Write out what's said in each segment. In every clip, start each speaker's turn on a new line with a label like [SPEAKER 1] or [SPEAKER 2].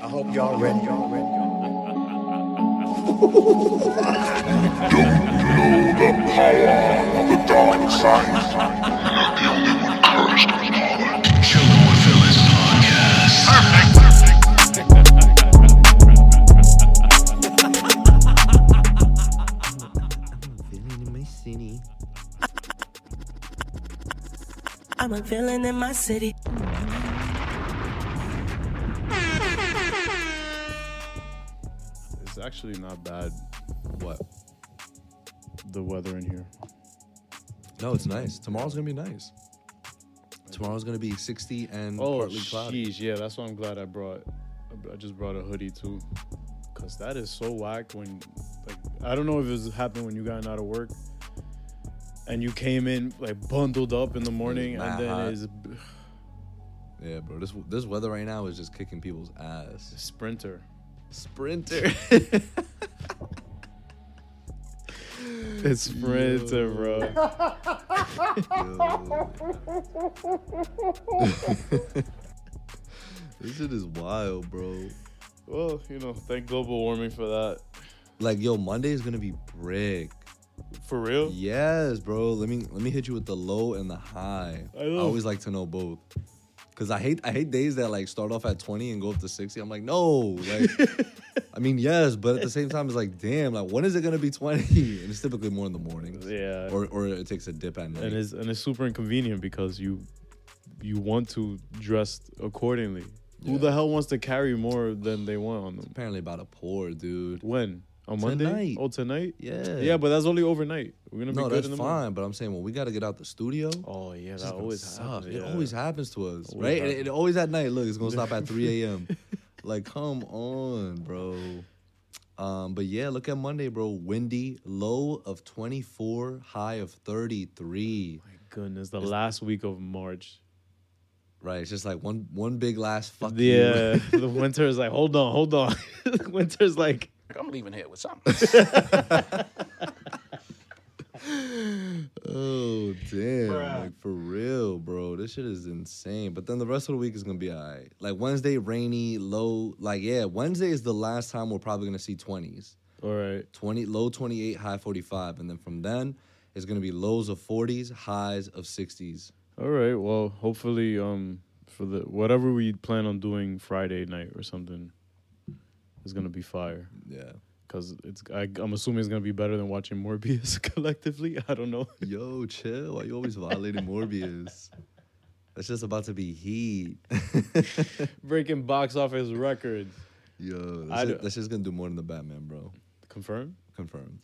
[SPEAKER 1] hope y'all ready. Y'all ready.
[SPEAKER 2] Feeling in my city.
[SPEAKER 3] I'm a villain in my city.
[SPEAKER 4] It's actually not bad. What? The weather in here.
[SPEAKER 2] No, it's nice. Tomorrow's gonna be nice. Tomorrow's gonna be 60 and
[SPEAKER 4] Oh,
[SPEAKER 2] partly cloudy.
[SPEAKER 4] jeez, yeah. That's why I'm glad I brought. I just brought a hoodie too, cause that is so whack. When, like, I don't know if it's happened when you got out of work, and you came in like bundled up in the morning, and
[SPEAKER 2] mad
[SPEAKER 4] then
[SPEAKER 2] hot.
[SPEAKER 4] it's
[SPEAKER 2] Yeah, bro. This this weather right now is just kicking people's ass.
[SPEAKER 4] sprinter.
[SPEAKER 2] Sprinter.
[SPEAKER 4] It's sprinter, bro.
[SPEAKER 2] this shit is wild, bro.
[SPEAKER 4] well, you know, thank global warming for that.
[SPEAKER 2] Like, yo, Monday is gonna be brick.
[SPEAKER 4] For real.
[SPEAKER 2] Yes, bro. Let me let me hit you with the low and the high.
[SPEAKER 4] I
[SPEAKER 2] I,
[SPEAKER 4] know.
[SPEAKER 2] always like to know both. Cause I hate I hate days that like start off at 20 and go up to 60. I'm like, no. Like I mean, yes, but at the same time, it's like, damn, like when is it gonna be 20? And it's typically more in the mornings.
[SPEAKER 4] Yeah.
[SPEAKER 2] Or or it takes a dip at night.
[SPEAKER 4] and it's and it's super inconvenient because you you want to dress accordingly. Who
[SPEAKER 2] Yeah.
[SPEAKER 4] the hell wants to carry more than they want on them?
[SPEAKER 2] apparently about a pour, dude.
[SPEAKER 4] When on Monday?
[SPEAKER 2] Tonight.
[SPEAKER 4] Oh, tonight?
[SPEAKER 2] Yeah.
[SPEAKER 4] Yeah, but that's only overnight. We're gonna be
[SPEAKER 2] no,
[SPEAKER 4] good
[SPEAKER 2] that's
[SPEAKER 4] in the
[SPEAKER 2] fine.
[SPEAKER 4] morning.
[SPEAKER 2] But I'm saying when we gotta get out the studio.
[SPEAKER 4] Oh yeah,
[SPEAKER 2] It's
[SPEAKER 4] that
[SPEAKER 2] gonna
[SPEAKER 4] always
[SPEAKER 2] suck.
[SPEAKER 4] happens.
[SPEAKER 2] It
[SPEAKER 4] yeah.
[SPEAKER 2] always happens to us,
[SPEAKER 4] Always
[SPEAKER 2] right? And
[SPEAKER 4] happens.
[SPEAKER 2] It, always at night. Look, it's gonna stop at 3 a.m. like, come on, bro. Um, but yeah, look at Monday, bro. Windy, low of 24, high of 33.
[SPEAKER 4] Oh My goodness, the last week of March.
[SPEAKER 2] Right? It's just like one one big last fuck
[SPEAKER 4] Yeah,
[SPEAKER 2] you.
[SPEAKER 4] the winter is like, hold on, hold on. Winter's like,
[SPEAKER 5] I'm leaving here with something.
[SPEAKER 2] oh damn! Like for real, bro. This shit is insane. But then the rest of the week is gonna be alright. Like Wednesday, rainy, low. Like yeah, Wednesday is the last time we're probably gonna see 20s.
[SPEAKER 4] all right,
[SPEAKER 2] 20 low 28 high 45 and then from then it's going to be lows of 40s highs of 60s
[SPEAKER 4] all right. Well, hopefully, um, for the whatever we plan on doing Friday night or something, is gonna be fire.
[SPEAKER 2] yeah
[SPEAKER 4] because it's I, I'm assuming it's gonna be better than watching Morbius collectively. I don't know.
[SPEAKER 2] yo chill why you always violating morbius that's just about to be heat
[SPEAKER 4] Breaking box office records.
[SPEAKER 2] yo
[SPEAKER 4] I
[SPEAKER 2] that's,
[SPEAKER 4] do-
[SPEAKER 2] just, that's just going to do more than the batman bro
[SPEAKER 4] Confirmed.
[SPEAKER 2] confirmed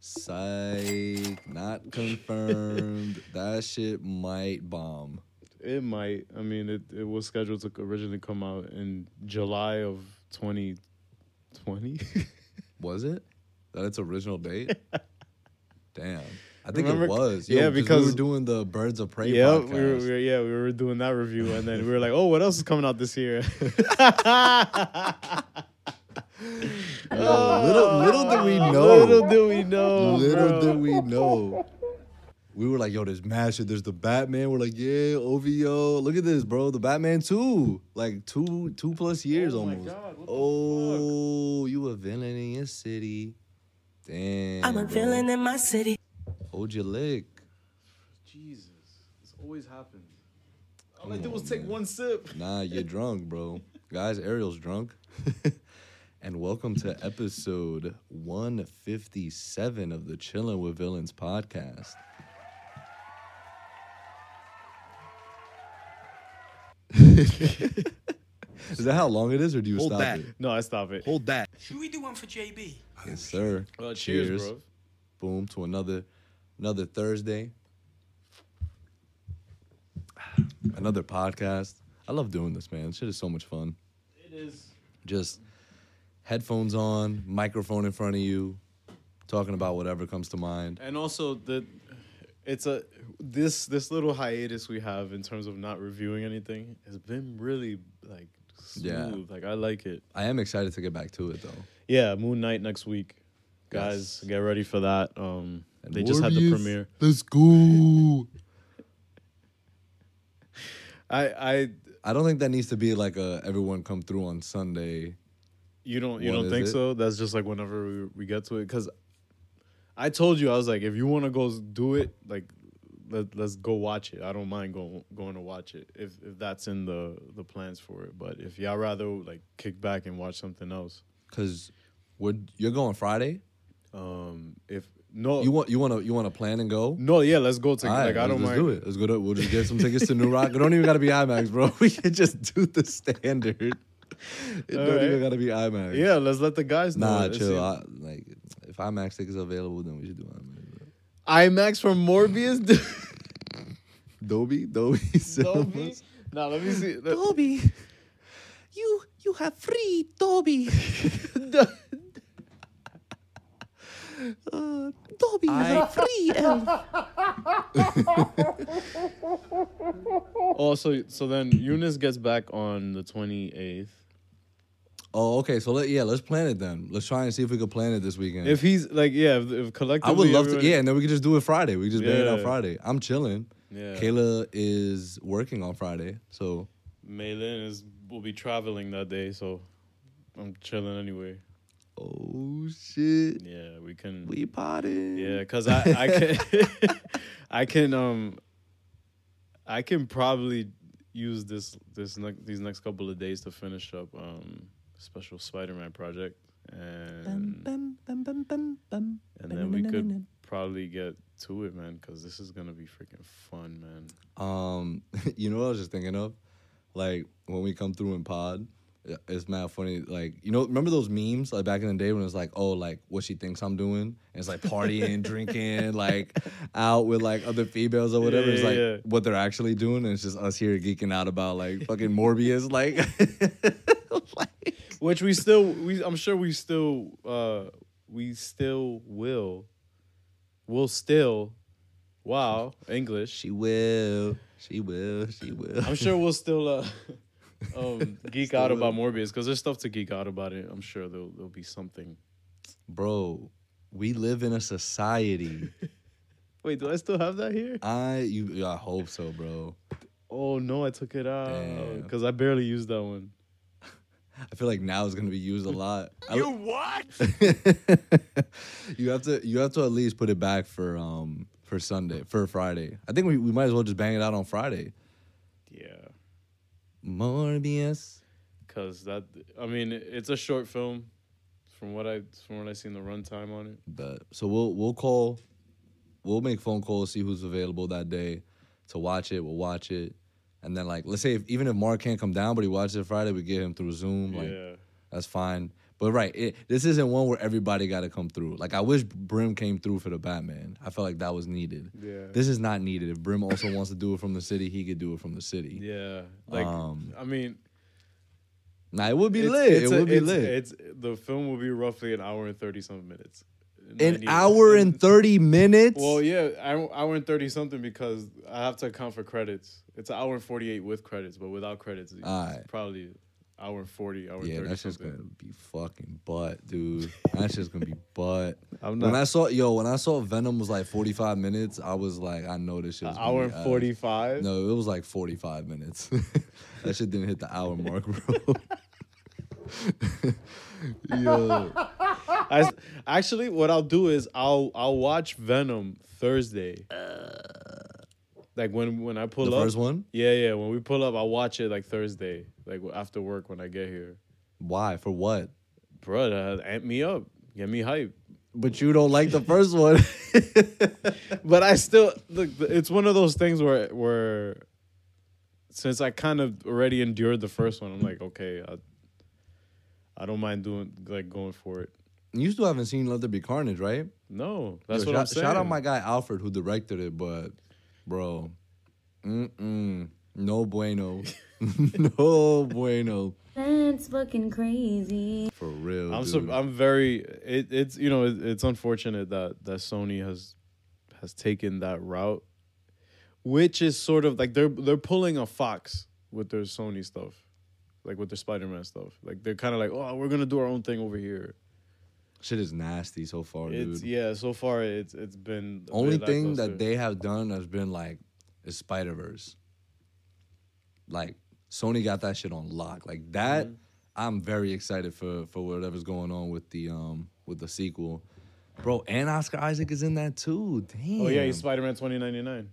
[SPEAKER 2] psych not confirmed that shit might bomb
[SPEAKER 4] It might. I mean, it, it was scheduled to originally come out in July of 2020.
[SPEAKER 2] was it that its original date damn I think
[SPEAKER 4] Remember-
[SPEAKER 2] it was.
[SPEAKER 4] yeah,
[SPEAKER 2] we
[SPEAKER 4] because-
[SPEAKER 2] were doing the Birds of Prey
[SPEAKER 4] yeah, we
[SPEAKER 2] podcast.
[SPEAKER 4] were, we were- yeah, we were doing that review, and then we were like, "Oh, what else is coming out this year?"
[SPEAKER 2] Yo, little little did we know.
[SPEAKER 4] Little do we know.
[SPEAKER 2] Little
[SPEAKER 4] Oh, bro.
[SPEAKER 2] did we know. We were like, yo, there's mad shit. There's the Batman. We're like, yeah, OVO. Look at this, bro. The Batman two, like two two plus years
[SPEAKER 4] Oh my
[SPEAKER 2] almost.
[SPEAKER 4] God, what the
[SPEAKER 2] oh, you a villain in your city. Damn.
[SPEAKER 3] I'm a
[SPEAKER 2] bro.
[SPEAKER 3] villain in my city.
[SPEAKER 2] Hold your lick.
[SPEAKER 4] Jesus, this always happens. All I did was take one sip.
[SPEAKER 2] Nah, you're drunk, bro. Guys, Ariel's drunk. and welcome to episode 157 of the Chillin' with Villains podcast. is that how long it is, or do you
[SPEAKER 6] Hold
[SPEAKER 2] stop
[SPEAKER 6] that.
[SPEAKER 2] it?
[SPEAKER 4] No, I stop it.
[SPEAKER 6] Hold that.
[SPEAKER 3] Should we do one for JB?
[SPEAKER 2] Yes, sir.
[SPEAKER 4] Uh, cheers, bro.
[SPEAKER 2] Boom to another, another Thursday, another podcast. I love doing this, man. Shit is so much fun.
[SPEAKER 4] It is.
[SPEAKER 2] just headphones on, microphone in front of you, talking about whatever comes to mind.
[SPEAKER 4] And also the it's a this this little hiatus we have in terms of not reviewing anything has been really like
[SPEAKER 2] Yeah.
[SPEAKER 4] smooth. Like I like it.
[SPEAKER 2] I am excited to get back to it though.
[SPEAKER 4] Yeah, Moon Knight next week. Guys,
[SPEAKER 2] Yes.
[SPEAKER 4] get ready for that. Um they just had the
[SPEAKER 2] Morbius,
[SPEAKER 4] premiere.
[SPEAKER 2] Let's go.
[SPEAKER 4] I I
[SPEAKER 2] I don't think that needs to be like a everyone come through on Sunday.
[SPEAKER 4] You don't you
[SPEAKER 2] What
[SPEAKER 4] don't
[SPEAKER 2] is
[SPEAKER 4] think
[SPEAKER 2] it?
[SPEAKER 4] so? That's just like whenever we, we get to it cuz I told you I was like if you want to go s- do it like let, let's go watch it. I don't mind going going to watch it if if that's in the the plans for it. But if y'all rather like kick back and watch something else.
[SPEAKER 2] Cause we're, you're going Friday.
[SPEAKER 4] Um if no
[SPEAKER 2] You want you want to you want to plan and go.
[SPEAKER 4] no yeah, let's go to
[SPEAKER 2] All right,
[SPEAKER 4] like I don't
[SPEAKER 2] let's
[SPEAKER 4] mind.
[SPEAKER 2] do it. Let's go. To, we'll just get some tickets to New Rock. It don't even gotta be IMAX, bro. We can just do the standard. It
[SPEAKER 4] All
[SPEAKER 2] don't
[SPEAKER 4] right.
[SPEAKER 2] even gotta be IMAX.
[SPEAKER 4] Yeah, let's let the guys know.
[SPEAKER 2] Nah,
[SPEAKER 4] Let's see.
[SPEAKER 2] chill. I, like if IMAX tickets are available, then we should do IMAX. bro.
[SPEAKER 4] IMAX from Morbius. dude.
[SPEAKER 2] Dolby, Dolby,
[SPEAKER 4] Dolby.
[SPEAKER 2] cinemas.
[SPEAKER 4] Nah, let me see. Let-
[SPEAKER 2] Dolby. You you have free Dolby. uh, Dolby have free.
[SPEAKER 4] Oh, so so then Eunice gets back on the twenty eighth.
[SPEAKER 2] Oh, okay. So let yeah, let's plan it then. Let's try and see if we could plan it this weekend.
[SPEAKER 4] If he's like, yeah, if, if collectively,
[SPEAKER 2] I would love to.
[SPEAKER 4] everybody-
[SPEAKER 2] Yeah, and then we could just do it Friday. We could just bang it out
[SPEAKER 4] Yeah.
[SPEAKER 2] Friday. I'm chilling.
[SPEAKER 4] Yeah.
[SPEAKER 2] Kayla is working on Friday, so
[SPEAKER 4] Maylin is will be traveling that day, so I'm chilling anyway.
[SPEAKER 2] oh shit,
[SPEAKER 4] Yeah, we can.
[SPEAKER 2] we potted.
[SPEAKER 4] yeah, cause I I can I can um I can probably use this this next these next couple of days to finish up um special Spider Man project and. And then we could probably get to it, man, because this is gonna be freaking fun, man.
[SPEAKER 2] Um, you know what I was just thinking of? Like when we come through in pod, i- it's mad funny. Like you know, remember those memes like back in the day when it's like, oh, like what she thinks I'm doing, and it's like partying, drinking, like out with like other females or whatever. it's
[SPEAKER 4] Yeah,
[SPEAKER 2] like
[SPEAKER 4] yeah, yeah.
[SPEAKER 2] what they're actually doing, and it's just us here geeking out about like fucking Morbius, like. like
[SPEAKER 4] Which we still, we I'm sure we still, uh, we still will, will still, wow, English.
[SPEAKER 2] she will, she will, she will.
[SPEAKER 4] I'm sure we'll still, uh, um, geek out
[SPEAKER 2] Still will.
[SPEAKER 4] about Morbius because there's stuff to geek out about it. I'm sure there'll there'll be something.
[SPEAKER 2] Bro, we live in a society.
[SPEAKER 4] Wait, do I still have that here?
[SPEAKER 2] I you, I hope so, bro.
[SPEAKER 4] Oh no, I took it out
[SPEAKER 2] Damn.
[SPEAKER 4] because I barely used that one.
[SPEAKER 2] I feel like now is gonna be used a lot. I-
[SPEAKER 3] what?
[SPEAKER 2] you have to you have to at least put it back for um for Sunday for Friday. I think we, we might as well just bang it out on Friday.
[SPEAKER 4] Yeah.
[SPEAKER 2] Morbius.
[SPEAKER 4] Cause that, I mean, it's a short film. From what I from what I seen the runtime on it.
[SPEAKER 2] But so we'll we'll call, we'll make phone calls, see who's available that day to watch it. We'll watch it, and then like let's say if, even if Mark can't come down, but he watches it Friday, we get him through Zoom. Like
[SPEAKER 4] yeah,
[SPEAKER 2] that's fine. But right, it, this isn't one where everybody got to come through. Like I wish Brim came through for the Batman. I felt like that was needed.
[SPEAKER 4] Yeah.
[SPEAKER 2] This is not needed. If Brim also wants to do it from the city, he could do it from the city.
[SPEAKER 4] yeah. Like,
[SPEAKER 2] Um,
[SPEAKER 4] I mean,
[SPEAKER 2] Nah, it would be
[SPEAKER 4] it's-
[SPEAKER 2] lit.
[SPEAKER 4] it's
[SPEAKER 2] it
[SPEAKER 4] a-
[SPEAKER 2] would be
[SPEAKER 4] it's-
[SPEAKER 2] lit.
[SPEAKER 4] It's the film will be roughly an hour and thirty something minutes.
[SPEAKER 2] An
[SPEAKER 4] 90
[SPEAKER 2] hour and thirty minutes.
[SPEAKER 4] Well, yeah, hour, hour and thirty something because I have to account for credits. It's an hour and forty eight with credits, but without credits, it's
[SPEAKER 2] Alright.
[SPEAKER 4] probably hour and forty, hour and
[SPEAKER 2] yeah,
[SPEAKER 4] thirty
[SPEAKER 2] that's just
[SPEAKER 4] something.
[SPEAKER 2] gonna be fucking butt, dude. That's just gonna be butt.
[SPEAKER 4] I'm
[SPEAKER 2] When
[SPEAKER 4] not-
[SPEAKER 2] I saw yo, when I saw Venom was like forty five minutes, I was like, I know this shit.
[SPEAKER 4] An
[SPEAKER 2] was gonna
[SPEAKER 4] hour
[SPEAKER 2] be
[SPEAKER 4] and
[SPEAKER 2] ass.
[SPEAKER 4] forty five.
[SPEAKER 2] No, it was like 45 minutes. that shit didn't hit the hour mark, bro. Yo,
[SPEAKER 4] I s- actually, what I'll do is I'll I'll watch Venom Thursday. Like when when I pull
[SPEAKER 2] Uh, the
[SPEAKER 4] up,
[SPEAKER 2] first one?
[SPEAKER 4] yeah, yeah. When we pull up, I'll watch it like Thursday, like after work when I get here.
[SPEAKER 2] Why? For what?
[SPEAKER 4] Bro, that amp me up, get me hype.
[SPEAKER 2] But you don't like the first one.
[SPEAKER 4] But I still look. th- It's one of those things where where since I kind of already endured the first one, I'm like, okay, I, I don't mind doing like going for it.
[SPEAKER 2] you still haven't seen Let There Be Carnage, right?
[SPEAKER 4] No, that's
[SPEAKER 2] Yo,
[SPEAKER 4] what I'm
[SPEAKER 2] shout,
[SPEAKER 4] saying.
[SPEAKER 2] Shout out my guy Alfred who directed it, but bro, mm-mm, no bueno. no bueno.
[SPEAKER 1] That's fucking crazy.
[SPEAKER 2] For real.
[SPEAKER 4] I'm
[SPEAKER 2] dude.
[SPEAKER 4] sur- I'm very it, it's you know it, it's unfortunate that that Sony has has taken that route, which is sort of like they're they're pulling a Fox with their Sony stuff, like with their Spider Man stuff. Like they're kind of like oh we're gonna do our own thing over here.
[SPEAKER 2] shit is nasty so far,
[SPEAKER 4] It's
[SPEAKER 2] dude.
[SPEAKER 4] yeah. So far it's it's been a
[SPEAKER 2] Only
[SPEAKER 4] bit
[SPEAKER 2] thing that
[SPEAKER 4] lackluster.
[SPEAKER 2] they have done has been like is Spider Verse. Like Sony got that shit on lock. Like that,
[SPEAKER 4] Mm-hmm.
[SPEAKER 2] I'm very excited for for whatever's going on with the um with the sequel. Bro, and Oscar Isaac is in that too. Damn.
[SPEAKER 4] Oh yeah, he's Spider Man twenty ninety nine.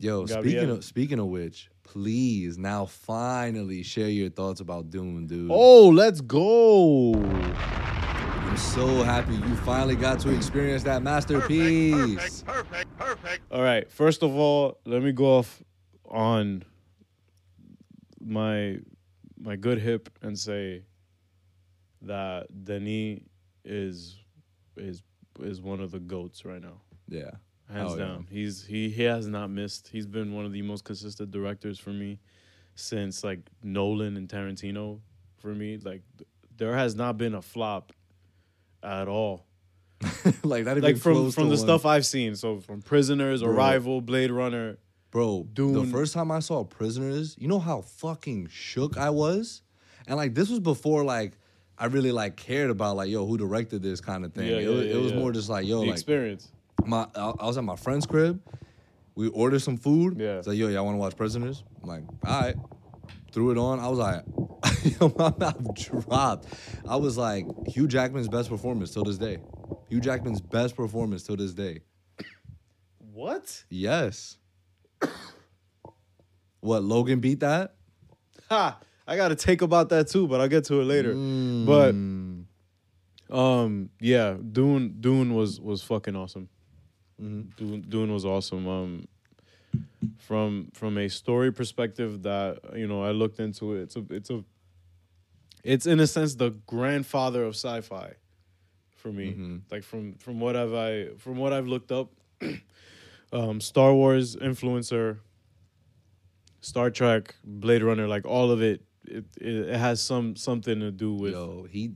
[SPEAKER 2] Yo,
[SPEAKER 4] Gabriel.
[SPEAKER 2] speaking of speaking of which, please now finally share your thoughts about Dune, dude.
[SPEAKER 4] Oh, let's go.
[SPEAKER 2] I'm so happy you finally got to experience that masterpiece.
[SPEAKER 4] All right. First of all, let me go off on my my good hip and say that Denis is is is one of the goats right now.
[SPEAKER 2] Yeah.
[SPEAKER 4] hands
[SPEAKER 2] Oh, yeah.
[SPEAKER 4] down. He's he he has not missed. He's been one of the most consistent directors for me since like Nolan and Tarantino for me. Like th- there has not been a flop at all.
[SPEAKER 2] like that
[SPEAKER 4] Like from from the stuff I've seen. So from Prisoners,
[SPEAKER 2] Bro.
[SPEAKER 4] Arrival, Blade Runner.
[SPEAKER 2] Bro, the
[SPEAKER 4] Dune.
[SPEAKER 2] first time I saw Prisoners, you know how fucking shook I was? And like this was before like I really like cared about like yo who directed this kind of thing.
[SPEAKER 4] Yeah,
[SPEAKER 2] it,
[SPEAKER 4] yeah,
[SPEAKER 2] was,
[SPEAKER 4] yeah,
[SPEAKER 2] it was
[SPEAKER 4] yeah.
[SPEAKER 2] more just like yo
[SPEAKER 4] the
[SPEAKER 2] like
[SPEAKER 4] experience.
[SPEAKER 2] my I I was at my friend's crib. We ordered some food.
[SPEAKER 4] Yeah.
[SPEAKER 2] It's like, yo, y'all want to watch Prisoners? I'm like, all right. Threw it on. I was like, yo, my mouth dropped. I was like, Hugh Jackman's best performance till this day. Hugh Jackman's best performance till this day.
[SPEAKER 4] What?
[SPEAKER 2] Yes. what Logan beat that?
[SPEAKER 4] Ha! I got to take about that too, but I'll get to it later.
[SPEAKER 2] Hmm.
[SPEAKER 4] But um yeah, Dune Dune was was fucking awesome.
[SPEAKER 2] Mm-hmm.
[SPEAKER 4] Dune, Dune was awesome. Um from from a story perspective that you know, I looked into it. It's a it's a it's in a sense the grandfather of sci-fi for me.
[SPEAKER 2] Mm-hmm.
[SPEAKER 4] Like from from what I've I from what I've looked up um Star Wars influencer Star Trek, Blade Runner, like all of it, it, it, it has some something to do with.
[SPEAKER 2] Yo, he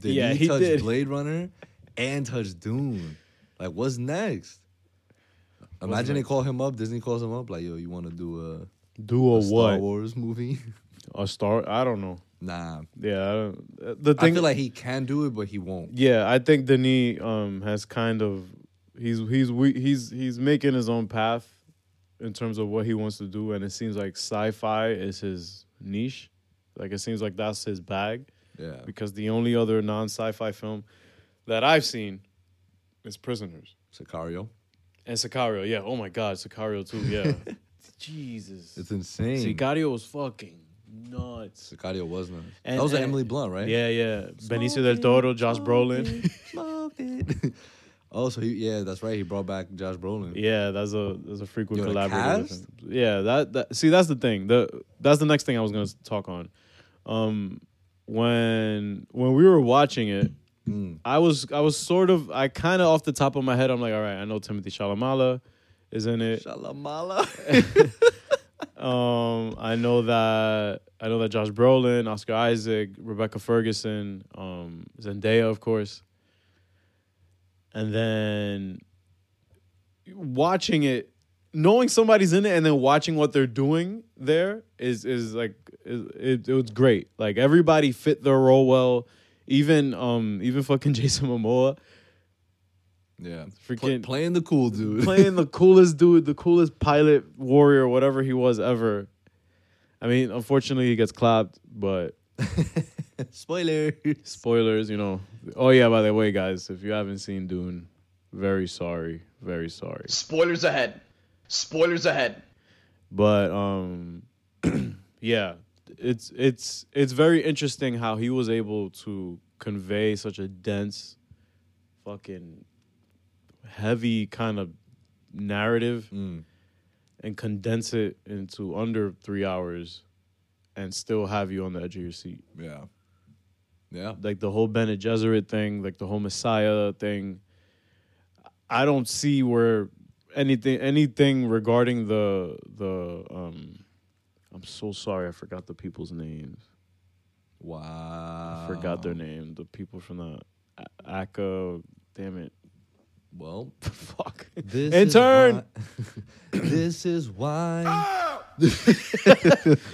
[SPEAKER 2] did
[SPEAKER 4] Yeah,
[SPEAKER 2] he,
[SPEAKER 4] he
[SPEAKER 2] touch
[SPEAKER 4] did.
[SPEAKER 2] Blade Runner and touch Dune. Like, what's next? Imagine they
[SPEAKER 4] next?
[SPEAKER 2] call him up. Disney calls him up. Like, yo, you want to do
[SPEAKER 4] Do
[SPEAKER 2] a,
[SPEAKER 4] a,
[SPEAKER 2] a Star
[SPEAKER 4] what?
[SPEAKER 2] Wars movie?
[SPEAKER 4] A star? I don't know.
[SPEAKER 2] nah,
[SPEAKER 4] Yeah, I don't, the
[SPEAKER 2] I
[SPEAKER 4] thing.
[SPEAKER 2] feel like he can do it, but he won't.
[SPEAKER 4] yeah, I think Denis um has kind of he's he's we, he's he's making his own path in terms of what he wants to do, and it seems like sci-fi is his niche. Like it seems like that's his bag.
[SPEAKER 2] Yeah,
[SPEAKER 4] Because the only other non-sci-fi film that I've seen is Prisoners.
[SPEAKER 2] Sicario.
[SPEAKER 4] And Sicario, yeah. Oh my God, Sicario too, yeah. Jesus.
[SPEAKER 2] It's insane.
[SPEAKER 4] Sicario was fucking nuts.
[SPEAKER 2] Sicario was nice.
[SPEAKER 4] And-
[SPEAKER 2] that was an
[SPEAKER 4] and-
[SPEAKER 2] Emily Blunt, right?
[SPEAKER 4] Yeah, yeah. Benicio del Toro, Josh Brolin.
[SPEAKER 2] Loved it. oh, so he, yeah, that's right. He brought back Josh Brolin.
[SPEAKER 4] Yeah, that's a that's a frequent
[SPEAKER 2] Yo, the
[SPEAKER 4] collaborator. with
[SPEAKER 2] cast?
[SPEAKER 4] him. Yeah, that, that see that's the thing. The that's the next thing I was gonna talk on. Um, when when we were watching it, I was I was sort of I kind of off the top of my head I'm like, all right, I know Timothy Shalamala is in it.
[SPEAKER 2] Shalamala.
[SPEAKER 4] Um, I know that I know that Josh Brolin, Oscar Isaac, Rebecca Ferguson, um, Zendaya, of course. And then watching it, knowing somebody's in it, and then watching what they're doing there is is like is, it, it was great. Like everybody fit their role well. Even um even fucking Jason Momoa
[SPEAKER 2] yeah,
[SPEAKER 4] Freaking-
[SPEAKER 2] Pla- playing the cool dude.
[SPEAKER 4] playing the coolest dude, the coolest pilot warrior, whatever he was ever. I mean, unfortunately, he gets clapped, but
[SPEAKER 2] Spoiler.
[SPEAKER 4] spoilers, you know. Oh yeah, by the way, guys, if you haven't seen Dune, very sorry, very sorry.
[SPEAKER 5] Spoilers ahead. Spoilers ahead.
[SPEAKER 4] But um, yeah, it's it's it's very interesting how he was able to convey such a dense, fucking, heavy kind of narrative. and condense it into under three hours and still have you on the edge of your seat.
[SPEAKER 2] Yeah. Yeah.
[SPEAKER 4] Like the whole Bene Gesserit thing, like the whole Messiah thing. I don't see where anything anything regarding the the um I'm so sorry I forgot the people's names.
[SPEAKER 2] Wow.
[SPEAKER 4] forgot their name. The people from the A- ACA damn it.
[SPEAKER 2] Well,
[SPEAKER 4] Fuck.
[SPEAKER 2] this
[SPEAKER 4] Intern!
[SPEAKER 2] Is why, this is why. this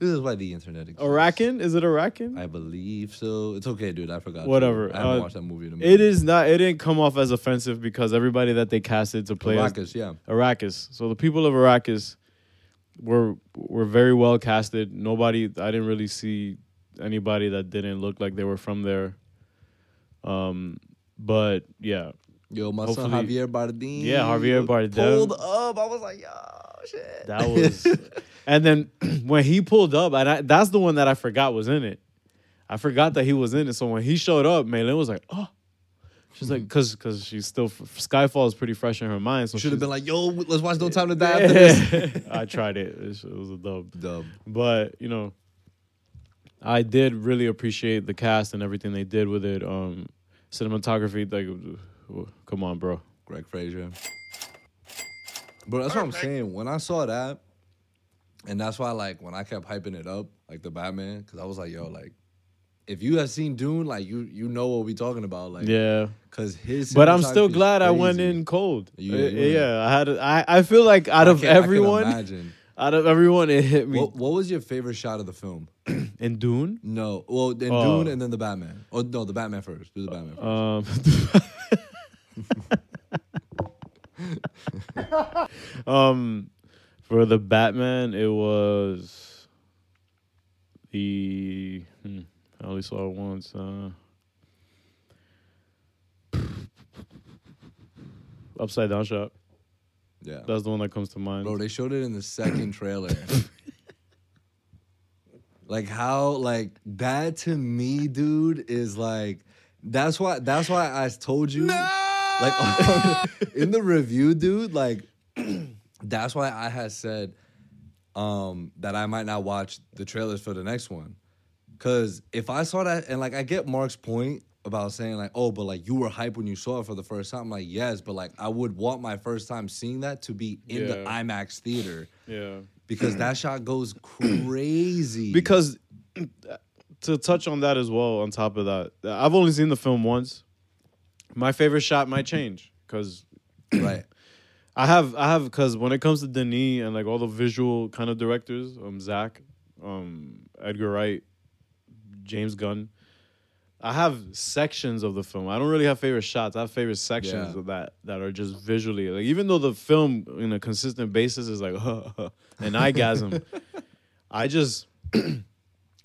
[SPEAKER 2] is why the internet exists.
[SPEAKER 4] Arakan? Is it Arakan?
[SPEAKER 2] I believe so. It's okay, dude. I forgot.
[SPEAKER 4] Whatever.
[SPEAKER 2] I haven't
[SPEAKER 4] Uh,
[SPEAKER 2] watched that movie in a minute.
[SPEAKER 4] It is not. It didn't come off as offensive because everybody that they casted to play as-
[SPEAKER 2] Caracas, yeah.
[SPEAKER 4] Arrakis. So the people of Arrakis we're we're very well casted. Nobody, I didn't really see anybody that didn't look like they were from there. Um, but yeah,
[SPEAKER 2] Yo, my son
[SPEAKER 4] Hopefully-
[SPEAKER 2] Javier Bardem.
[SPEAKER 4] Yeah, Javier Bardem.
[SPEAKER 2] pulled up. I was like, yo, shit.
[SPEAKER 4] that was. and then when he pulled up, and I, that's the one that I forgot was in it. I forgot that he was in it. So when he showed up, Maylin was like, "Oh," she's
[SPEAKER 2] Hmm.
[SPEAKER 4] like, "Cause, cause she's still Skyfall is pretty fresh in her mind." So
[SPEAKER 2] should
[SPEAKER 4] she's-
[SPEAKER 2] have been like, yo, let's watch No Time to Die after this.
[SPEAKER 4] I tried it. It was- it was a dub.
[SPEAKER 2] Dub.
[SPEAKER 4] but you know i did really appreciate the cast and everything they did with it um cinematography like w- come on bro
[SPEAKER 2] Greg Frazier. But that's what I'm saying. When I saw that, and that's why like when I kept hyping it up, like the Batman, because I was like, yo, like if you have seen Dune, like you you know what we talking about, like
[SPEAKER 4] yeah
[SPEAKER 2] Because his.
[SPEAKER 4] but i'm still
[SPEAKER 2] cinematography is
[SPEAKER 4] glad i went
[SPEAKER 2] crazy.
[SPEAKER 4] in cold
[SPEAKER 2] You-
[SPEAKER 4] Uh,
[SPEAKER 2] you went-
[SPEAKER 4] yeah i had I, I feel like out
[SPEAKER 2] I
[SPEAKER 4] of
[SPEAKER 2] can- I can
[SPEAKER 4] everyone
[SPEAKER 2] imagine.
[SPEAKER 4] out of everyone it hit me
[SPEAKER 2] What, what was your favorite shot of the film?
[SPEAKER 4] in dune
[SPEAKER 2] No, well, then
[SPEAKER 4] Oh.
[SPEAKER 2] Dune and then the Batman. Oh no, the Batman first. Do the Batman first.
[SPEAKER 4] Um, um, for the Batman, it was the hmm, I only saw it once. Uh, upside down shop.
[SPEAKER 2] yeah,
[SPEAKER 4] That's the one that comes to mind.
[SPEAKER 2] bro, they showed it in the second trailer. like how, like that to me, dude, is like that's why that's why I told you, like in the review, dude, like that's why I had said um that I might not watch the trailers for the next one. Cause if I saw that and like I get Mark's point about saying like, oh, but like you were hype when you saw it for the first time. I'm like, yes, but like I would want my first time seeing that to be in the
[SPEAKER 4] Yeah.
[SPEAKER 2] IMAX theater
[SPEAKER 4] yeah,
[SPEAKER 2] because that shot goes crazy.
[SPEAKER 4] because to touch on that as well. On top of that, I've only seen the film once. My favorite shot might change because
[SPEAKER 2] right,
[SPEAKER 4] I have, I have, because when it comes to Denis and like all the visual kind of directors, um, Zach, um, Edgar Wright, James Gunn, I have sections of the film. I don't really have favorite shots. I have favorite sections
[SPEAKER 2] Yeah.
[SPEAKER 4] of that that are just visually like. Even though the film, in a consistent basis, is like an eyegasm, I just,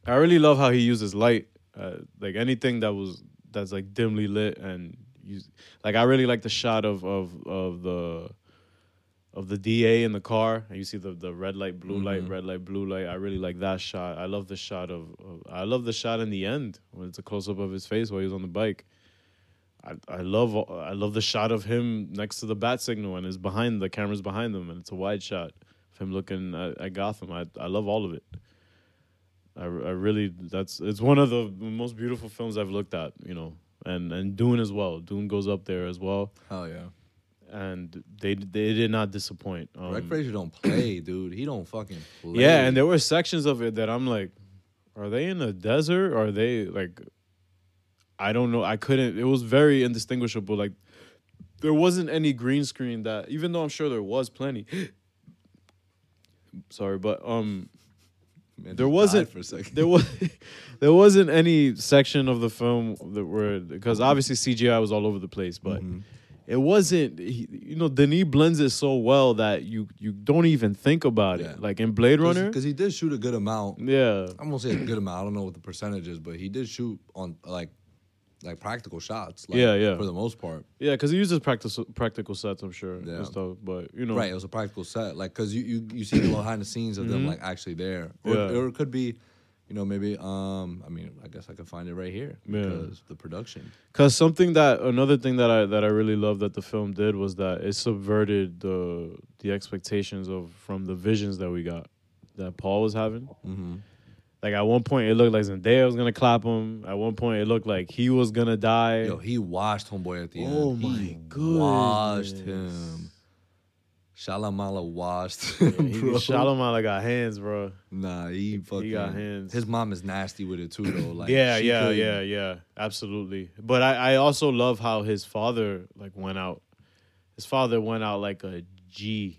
[SPEAKER 4] I really love how he uses light. Uh, like anything that was that's like dimly lit and you, like I really like the shot of of of the of the DA in the car, and you see the, the red light, blue light, red light, blue light. I really like that shot. I love the shot of, of I love the shot in the end when it's a close up of his face while he's on the bike. I, I love I love the shot of him next to the bat signal and is behind the camera's behind them and it's a wide shot of him looking at, at Gotham. I I love all of it. I, I really that's it's one of the most beautiful films I've looked at, you know, and and Dune as well. Dune goes up there as well,
[SPEAKER 2] hell yeah.
[SPEAKER 4] and they they did not disappoint. Um,
[SPEAKER 2] Greg Frazier don't play, dude. He don't fucking play.
[SPEAKER 4] yeah, and there were sections of it that I'm like, are they in a desert? Are they like, I don't know. I couldn't. It was very indistinguishable. Like, there wasn't any green screen that, even though I'm sure there was plenty. Sorry, but um,
[SPEAKER 2] Man,
[SPEAKER 4] there
[SPEAKER 2] just
[SPEAKER 4] wasn't
[SPEAKER 2] died for a second.
[SPEAKER 4] there was there wasn't any section of the film that were because obviously CGI was all over the place, but
[SPEAKER 2] Mm-hmm.
[SPEAKER 4] it wasn't. he- You know, Denis blends it so well that you you don't even think about
[SPEAKER 2] Yeah.
[SPEAKER 4] it. Like in Blade Runner,
[SPEAKER 2] because he did shoot a good amount.
[SPEAKER 4] yeah,
[SPEAKER 2] I'm gonna say a good amount. I don't know what the percentage is, but he did shoot on like like practical shots. Like,
[SPEAKER 4] Yeah, yeah.
[SPEAKER 2] For the most part,
[SPEAKER 4] yeah, because he uses practical practical sets, I'm sure,
[SPEAKER 2] Yeah.
[SPEAKER 4] and stuff. But you know,
[SPEAKER 2] right? It was a practical set, like because you, you you see the behind the scenes of them like actually there, or,
[SPEAKER 4] Mm-hmm. Yeah.
[SPEAKER 2] or it could be, you know, maybe um, I mean, I guess I could find it right here
[SPEAKER 4] Yeah.
[SPEAKER 2] because the production.
[SPEAKER 4] Cause something that another thing that I that I really love that the film did was that it subverted the the expectations of from the visions that we got that Paul was having.
[SPEAKER 2] Mm-hmm.
[SPEAKER 4] Like at one point it looked like Zendaya was gonna clap him. At one point it looked like he was gonna die.
[SPEAKER 2] Yo, he washed homeboy at the
[SPEAKER 4] Oh
[SPEAKER 2] end.
[SPEAKER 4] my
[SPEAKER 2] he
[SPEAKER 4] goodness.
[SPEAKER 2] washed him. Shalamala washed.
[SPEAKER 4] he,
[SPEAKER 2] Him, bro.
[SPEAKER 4] Shalomala got hands, bro.
[SPEAKER 2] nah, he fucking.
[SPEAKER 4] got hands.
[SPEAKER 2] His mom is nasty with it too, though. Like
[SPEAKER 4] yeah,
[SPEAKER 2] she
[SPEAKER 4] yeah,
[SPEAKER 2] could-
[SPEAKER 4] yeah, yeah. Absolutely. But I, I also love how his father like went out. His father went out like a G.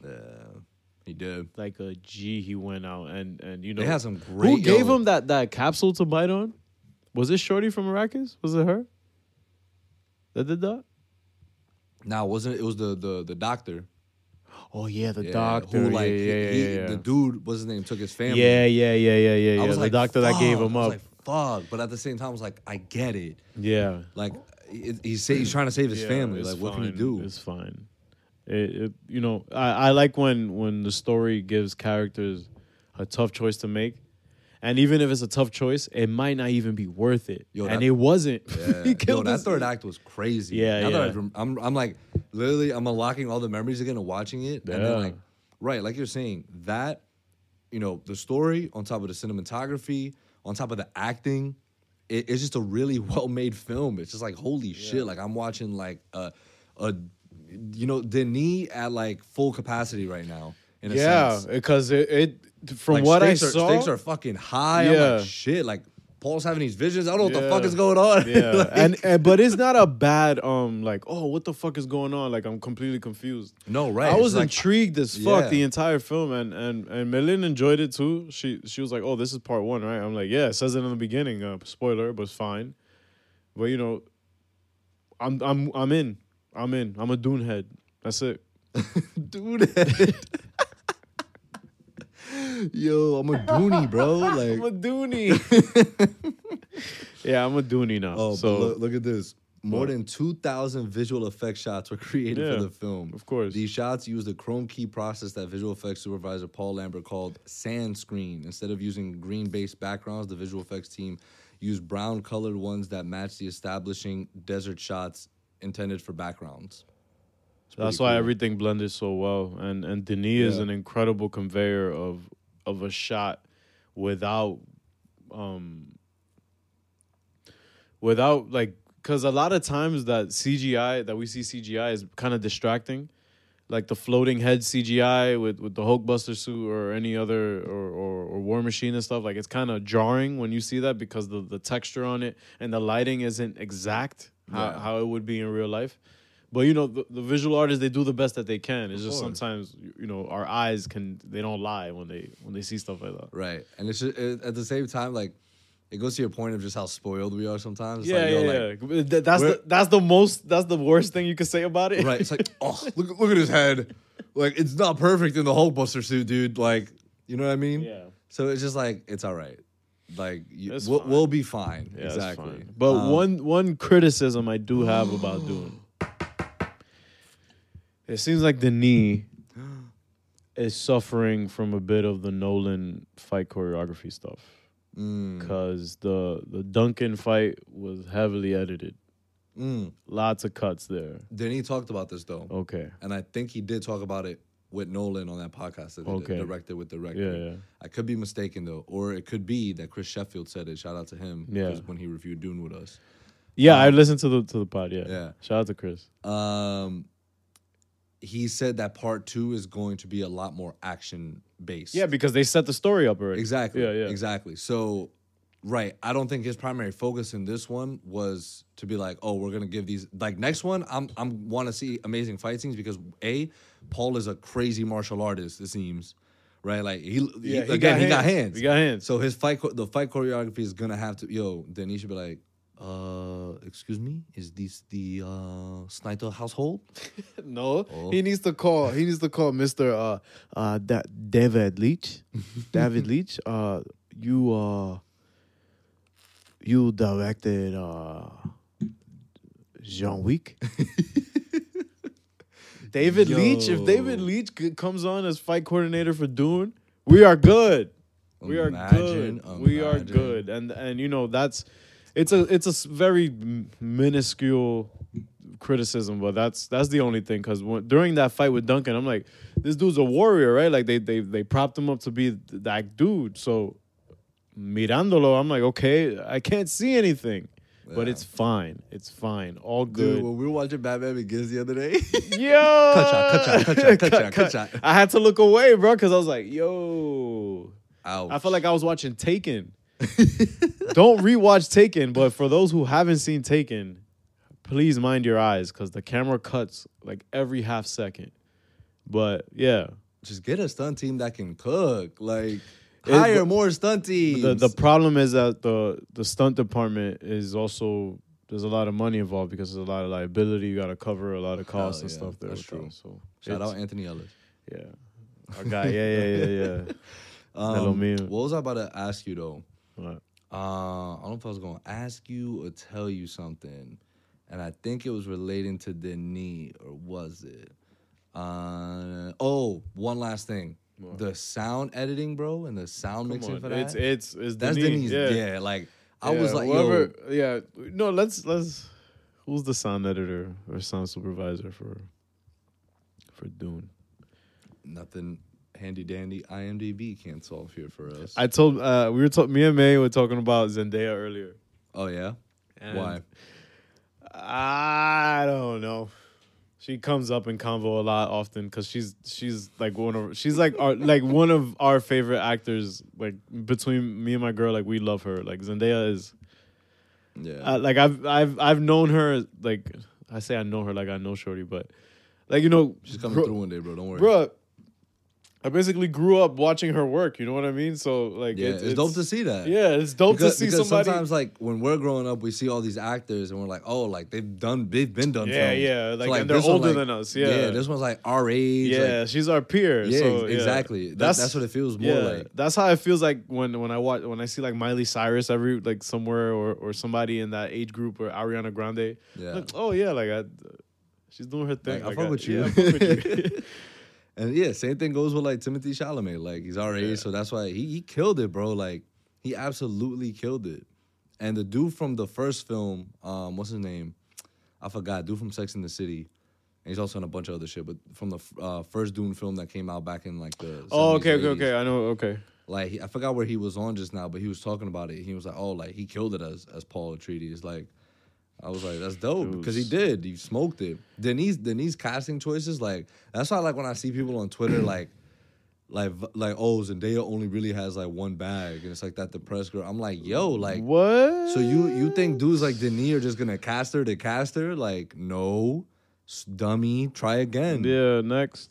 [SPEAKER 2] He did.
[SPEAKER 4] like a G. He went out and and you know
[SPEAKER 2] They had some
[SPEAKER 4] Who
[SPEAKER 2] great-
[SPEAKER 4] gave
[SPEAKER 2] yo.
[SPEAKER 4] him that that capsule to bite on? Was it Shorty from Arrakis? Was it her that did that?
[SPEAKER 2] Now wasn't it, it was the the the doctor?
[SPEAKER 4] oh yeah, the
[SPEAKER 2] Yeah,
[SPEAKER 4] doctor,
[SPEAKER 2] who like
[SPEAKER 4] yeah, yeah,
[SPEAKER 2] he-
[SPEAKER 4] yeah, yeah.
[SPEAKER 2] the dude, what's his name, took his family.
[SPEAKER 4] yeah, yeah, yeah, yeah, yeah, yeah.
[SPEAKER 2] I was
[SPEAKER 4] the
[SPEAKER 2] like,
[SPEAKER 4] doctor that gave
[SPEAKER 2] "Fuck."
[SPEAKER 4] him
[SPEAKER 2] I was
[SPEAKER 4] up.
[SPEAKER 2] like, fuck. But at the same time, I was like, I get it.
[SPEAKER 4] yeah,
[SPEAKER 2] Like it, he's sa- he's trying to save his
[SPEAKER 4] Yeah,
[SPEAKER 2] family.
[SPEAKER 4] it's
[SPEAKER 2] Like what can you
[SPEAKER 4] fine.
[SPEAKER 2] do?
[SPEAKER 4] It's fine. It, it, you know, I, I like when when the story gives characters a tough choice to make, and even if it's a tough choice, it might not even be worth it.
[SPEAKER 2] Yo,
[SPEAKER 4] and
[SPEAKER 2] that-
[SPEAKER 4] it wasn't.
[SPEAKER 2] Yeah.
[SPEAKER 4] he
[SPEAKER 2] Yo,
[SPEAKER 4] killed
[SPEAKER 2] that
[SPEAKER 4] his-
[SPEAKER 2] third act was crazy.
[SPEAKER 4] Yeah,
[SPEAKER 2] Now that
[SPEAKER 4] yeah.
[SPEAKER 2] I've rem- I'm, I'm like, literally, I'm unlocking all the memories again and watching it. And
[SPEAKER 4] Yeah.
[SPEAKER 2] then, like, right, like you're saying, that, you know, the story on top of the cinematography, on top of the acting, it- it's just a really well made film. It's just like, holy shit. Like, I'm watching, like, a, a, you know, Denis at like full capacity right now. In a
[SPEAKER 4] Yeah,
[SPEAKER 2] sense.
[SPEAKER 4] because it, it from
[SPEAKER 2] Like,
[SPEAKER 4] what I
[SPEAKER 2] stakes are,
[SPEAKER 4] saw,
[SPEAKER 2] stakes are fucking high. I'm
[SPEAKER 4] Yeah.
[SPEAKER 2] like, shit. Like, Paul's having these visions. I don't know what the
[SPEAKER 4] Yeah.
[SPEAKER 2] fuck is going on.
[SPEAKER 4] Yeah,
[SPEAKER 2] Like-
[SPEAKER 4] and, and but it's not a bad um like oh what the fuck is going on like I'm completely confused.
[SPEAKER 2] No, right,
[SPEAKER 4] I
[SPEAKER 2] it's
[SPEAKER 4] was
[SPEAKER 2] like-
[SPEAKER 4] intrigued as fuck
[SPEAKER 2] Yeah.
[SPEAKER 4] the entire film, and and and Melin enjoyed it too. She she was like oh this is part one right. I'm like yeah it says it in the beginning uh, spoiler but it's fine, but you know, I'm I'm I'm in I'm in I'm a Dune head. That's it.
[SPEAKER 2] dude head. Yo, I'm a Dooney, bro.
[SPEAKER 4] I'm a
[SPEAKER 2] Like,
[SPEAKER 4] Dooney. yeah, I'm a Dooney now.
[SPEAKER 2] oh,
[SPEAKER 4] so
[SPEAKER 2] but look, look at this. More than 2,000 visual effects shots were created
[SPEAKER 4] Yeah,
[SPEAKER 2] for the film.
[SPEAKER 4] of course.
[SPEAKER 2] These shots used the chrome key process that visual effects supervisor Paul Lambert called sand screen. Instead of using green based backgrounds, the visual effects team used brown colored ones that match the establishing desert shots intended for backgrounds.
[SPEAKER 4] That's
[SPEAKER 2] pretty
[SPEAKER 4] why
[SPEAKER 2] cool.
[SPEAKER 4] everything blended so well, and and Denis is
[SPEAKER 2] Yeah.
[SPEAKER 4] an incredible conveyor of of a shot without um without like because a lot of times that CGI that we see CGI is kind of distracting, like the floating head CGI with with the Hulkbuster suit or any other or or, or War Machine and stuff. Like it's kind of jarring when you see that because the the texture on it and the lighting isn't exact how,
[SPEAKER 2] Yeah.
[SPEAKER 4] how it would be in real life. But you know the, the visual artists they do the best that they can. It's just
[SPEAKER 2] course.
[SPEAKER 4] sometimes you you know our eyes can they don't lie when they when they see stuff like that.
[SPEAKER 2] Right. And it's just, it, at the same time, like, it goes to your point of just how spoiled we are sometimes. It's
[SPEAKER 4] yeah,
[SPEAKER 2] like, yo,
[SPEAKER 4] yeah,
[SPEAKER 2] like,
[SPEAKER 4] yeah. Th- That's
[SPEAKER 2] We're-
[SPEAKER 4] the, that's the most that's the worst thing you could say about it.
[SPEAKER 2] Right. It's like, oh, look, look at his head. Like, it's not perfect in the Hulkbuster suit, dude. Like, you know what I mean?
[SPEAKER 4] Yeah.
[SPEAKER 2] So it's just like, it's all right. Like, you,
[SPEAKER 4] It's
[SPEAKER 2] we'll,
[SPEAKER 4] fine.
[SPEAKER 2] we'll be fine.
[SPEAKER 4] Yeah, that's
[SPEAKER 2] exactly.
[SPEAKER 4] fine. But
[SPEAKER 2] Um,
[SPEAKER 4] one one criticism I do have about Dune. It seems like the knee is suffering from a bit of the Nolan fight choreography stuff
[SPEAKER 2] Mm,
[SPEAKER 4] because the the Duncan fight was heavily edited.
[SPEAKER 2] mm.
[SPEAKER 4] Lots of cuts there.
[SPEAKER 2] Denis talked about this, though.
[SPEAKER 4] Okay.
[SPEAKER 2] And I think he did talk about it with Nolan on that podcast that he did,
[SPEAKER 4] Okay.
[SPEAKER 2] directed with director.
[SPEAKER 4] Yeah, yeah.
[SPEAKER 2] I could be mistaken, though. Or it could be that Chris Sheffield said it. Shout out to him.
[SPEAKER 4] Yeah.
[SPEAKER 2] 'cause When he reviewed Dune with us.
[SPEAKER 4] Yeah, I listened to the to the pod, yeah.
[SPEAKER 2] Um, Yeah.
[SPEAKER 4] Shout out to Chris.
[SPEAKER 2] um he said that part two is going to be a lot more action based
[SPEAKER 4] Yeah, because they set the story up already.
[SPEAKER 2] exactly
[SPEAKER 4] Yeah, yeah.
[SPEAKER 2] exactly so right i don't think his primary focus in this one was to be like oh we're gonna give these like next one i'm i'm want to see amazing fight scenes because a paul is a crazy martial artist it seems right like he, he-
[SPEAKER 4] Yeah, he
[SPEAKER 2] again
[SPEAKER 4] got
[SPEAKER 2] he got
[SPEAKER 4] hands.
[SPEAKER 2] hands
[SPEAKER 4] He got hands.
[SPEAKER 2] so his fight cho- the fight choreography is gonna have to yo then he should be like uh excuse me is this the uh snyder household
[SPEAKER 4] No, he needs to call. He needs to call Mister uh, uh, da- David Leach. David Leach, uh, you uh, you directed uh, Jean Wick. David Leach. If David
[SPEAKER 2] Yo.
[SPEAKER 4] Leach c- comes on as fight coordinator for Dune, we are good. We are
[SPEAKER 2] Imagine,
[SPEAKER 4] good. We are
[SPEAKER 2] imagine.
[SPEAKER 4] good. And and you know that's it's a it's a s- very m- minuscule criticism, but that's that's the only thing. Because during that fight with Duncan, I'm like, this dude's a warrior, right? Like they they they propped him up to be th- that dude. So mirandolo, I'm like, okay, I can't see anything, but it's fine. It's fine. All good.
[SPEAKER 2] Dude, when we were watching Batman Begins the other day,
[SPEAKER 4] Yo,
[SPEAKER 2] Cut shot, cut shot, cut shot, cut shot, cut shot.
[SPEAKER 4] I had to look away, bro, because I was like, yo,
[SPEAKER 2] Ouch.
[SPEAKER 4] I felt like I was watching Taken. Don't rewatch Taken, but for those who haven't seen Taken, please mind your eyes because the camera cuts like every half second. But yeah,
[SPEAKER 2] just get a stunt team that can cook. Like
[SPEAKER 4] It-
[SPEAKER 2] hire more stunt teams.
[SPEAKER 4] the the problem is that the the stunt department is also there's a lot of money involved because there's a lot of liability. You got to cover a lot of costs
[SPEAKER 2] Hell
[SPEAKER 4] and
[SPEAKER 2] yeah,
[SPEAKER 4] stuff there.
[SPEAKER 2] that's
[SPEAKER 4] with that,
[SPEAKER 2] true.
[SPEAKER 4] So
[SPEAKER 2] Shout
[SPEAKER 4] it's-
[SPEAKER 2] out Anthony Ellis.
[SPEAKER 4] Yeah. Our guy. Yeah, yeah, yeah, yeah. Hello,
[SPEAKER 2] Um,
[SPEAKER 4] me.
[SPEAKER 2] What was I about to ask you though?
[SPEAKER 4] What?
[SPEAKER 2] Uh, I don't know if I was gonna ask you or tell you something, and I think it was relating to Denis, or was it? Uh, oh, one last thing. The sound editing, bro, and the sound
[SPEAKER 4] Come
[SPEAKER 2] mixing
[SPEAKER 4] on.
[SPEAKER 2] for that.
[SPEAKER 4] It's it's it's
[SPEAKER 2] That's
[SPEAKER 4] Denise.
[SPEAKER 2] Denis. Yeah.
[SPEAKER 4] Yeah.
[SPEAKER 2] like I was
[SPEAKER 4] Yeah,
[SPEAKER 2] like, yo,
[SPEAKER 4] whoever, yeah. No, let's let's. Who's the sound editor or sound supervisor for for Dune?
[SPEAKER 2] nothing handy dandy. IMDb can't solve here for us.
[SPEAKER 4] I told uh we were talking. Me and May were talking about Zendaya earlier.
[SPEAKER 2] oh yeah,
[SPEAKER 4] And
[SPEAKER 2] why?
[SPEAKER 4] I don't know. She comes up in convo a lot often because she's she's like one of she's like our like one of our favorite actors. Like between me and my girl, like we love her. Like Zendaya is
[SPEAKER 2] Yeah,
[SPEAKER 4] uh, like I've I've I've known her like I say I know her like I know Shorty, but like you know
[SPEAKER 2] she's coming
[SPEAKER 4] gro-
[SPEAKER 2] through one day, bro. Don't worry.
[SPEAKER 4] Bruh, I basically grew up watching her work. You know what I mean? So like,
[SPEAKER 2] yeah,
[SPEAKER 4] it-
[SPEAKER 2] it's, dope to see that.
[SPEAKER 4] Yeah, it's dope
[SPEAKER 2] because,
[SPEAKER 4] to see
[SPEAKER 2] because
[SPEAKER 4] somebody.
[SPEAKER 2] sometimes like when we're growing up, we see all these actors and we're like, oh, like they've done, they've been done.
[SPEAKER 4] Yeah,
[SPEAKER 2] films.
[SPEAKER 4] yeah,
[SPEAKER 2] So,
[SPEAKER 4] like, and they're
[SPEAKER 2] this one,
[SPEAKER 4] older
[SPEAKER 2] like-
[SPEAKER 4] than us, yeah.
[SPEAKER 2] this one's like our age. like-
[SPEAKER 4] yeah, she's our peer.
[SPEAKER 2] yeah,
[SPEAKER 4] so,
[SPEAKER 2] ex- exactly. That- that's what it feels more like.
[SPEAKER 4] That's how it feels like when when I watch when I see like Miley Cyrus every like somewhere or or somebody in that age group or Ariana Grande.
[SPEAKER 2] Yeah.
[SPEAKER 4] Like, oh yeah, like I, she's doing her thing.
[SPEAKER 2] Like, I fuck with you.
[SPEAKER 4] yeah, I fuck with you.
[SPEAKER 2] and yeah, same thing goes with like Timothy Chalamet. Like he's our age, so that's why he he killed it, bro. Like he absolutely killed it. And the dude from the first film, um, what's his name? I forgot. Dude from Sex in the City. And he's also in a bunch of other shit, but from the f- uh, first Dune film that came out back in like the
[SPEAKER 4] oh
[SPEAKER 2] 70s,
[SPEAKER 4] okay, okay,
[SPEAKER 2] 80s.
[SPEAKER 4] okay. I know. Okay.
[SPEAKER 2] like he, I forgot where he was on just now, but he was talking about it. He was like, "Oh, like he killed it as as Paul Atreides." Like, I was like, "That's dope," because he did. He smoked it. Denise Denise casting choices, like that's why. Like when I see people on Twitter, like. Like v- like oh Zendaya only really has like one bag and it's like that depressed girl. I'm like yo like
[SPEAKER 4] What?
[SPEAKER 2] so you you think dudes like Denis are just gonna cast her to cast her like no s- dummy try again
[SPEAKER 4] Yeah. Next.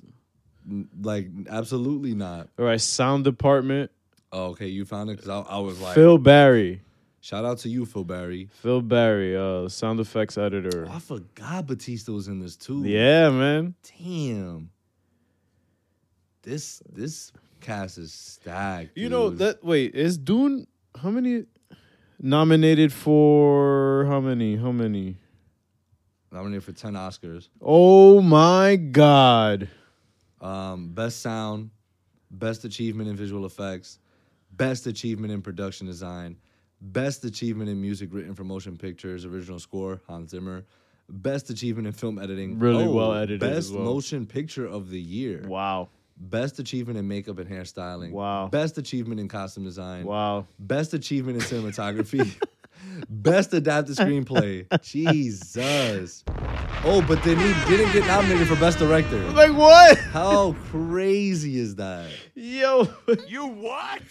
[SPEAKER 2] like absolutely not
[SPEAKER 4] All right. Sound department.
[SPEAKER 2] oh, okay you found it because I, I was like
[SPEAKER 4] Phil Barry.
[SPEAKER 2] Shout out to you, Phil Barry.
[SPEAKER 4] Phil Barry, uh, sound effects editor.
[SPEAKER 2] I forgot Batista was in this too.
[SPEAKER 4] Yeah, man.
[SPEAKER 2] Damn. This this cast is stacked.
[SPEAKER 4] You know
[SPEAKER 2] dude.
[SPEAKER 4] that. Wait, is Dune how many nominated for? How many? How many?
[SPEAKER 2] nominated for ten Oscars.
[SPEAKER 4] Oh my God!
[SPEAKER 2] Um, best sound, best achievement in visual effects, best achievement in production design, best achievement in music written for motion pictures, original score, Hans Zimmer, best achievement in film editing. Oh,
[SPEAKER 4] Really well edited
[SPEAKER 2] Best
[SPEAKER 4] as well.
[SPEAKER 2] motion picture of the year.
[SPEAKER 4] Wow!
[SPEAKER 2] Best achievement in makeup and hairstyling.
[SPEAKER 4] Wow.
[SPEAKER 2] Best achievement in costume design.
[SPEAKER 4] Wow!
[SPEAKER 2] Best achievement in cinematography. Best adapted screenplay. Jesus. Oh, but then he didn't get nominated for best director.
[SPEAKER 4] Like what?
[SPEAKER 2] How crazy is that?
[SPEAKER 4] Yo!
[SPEAKER 3] You what?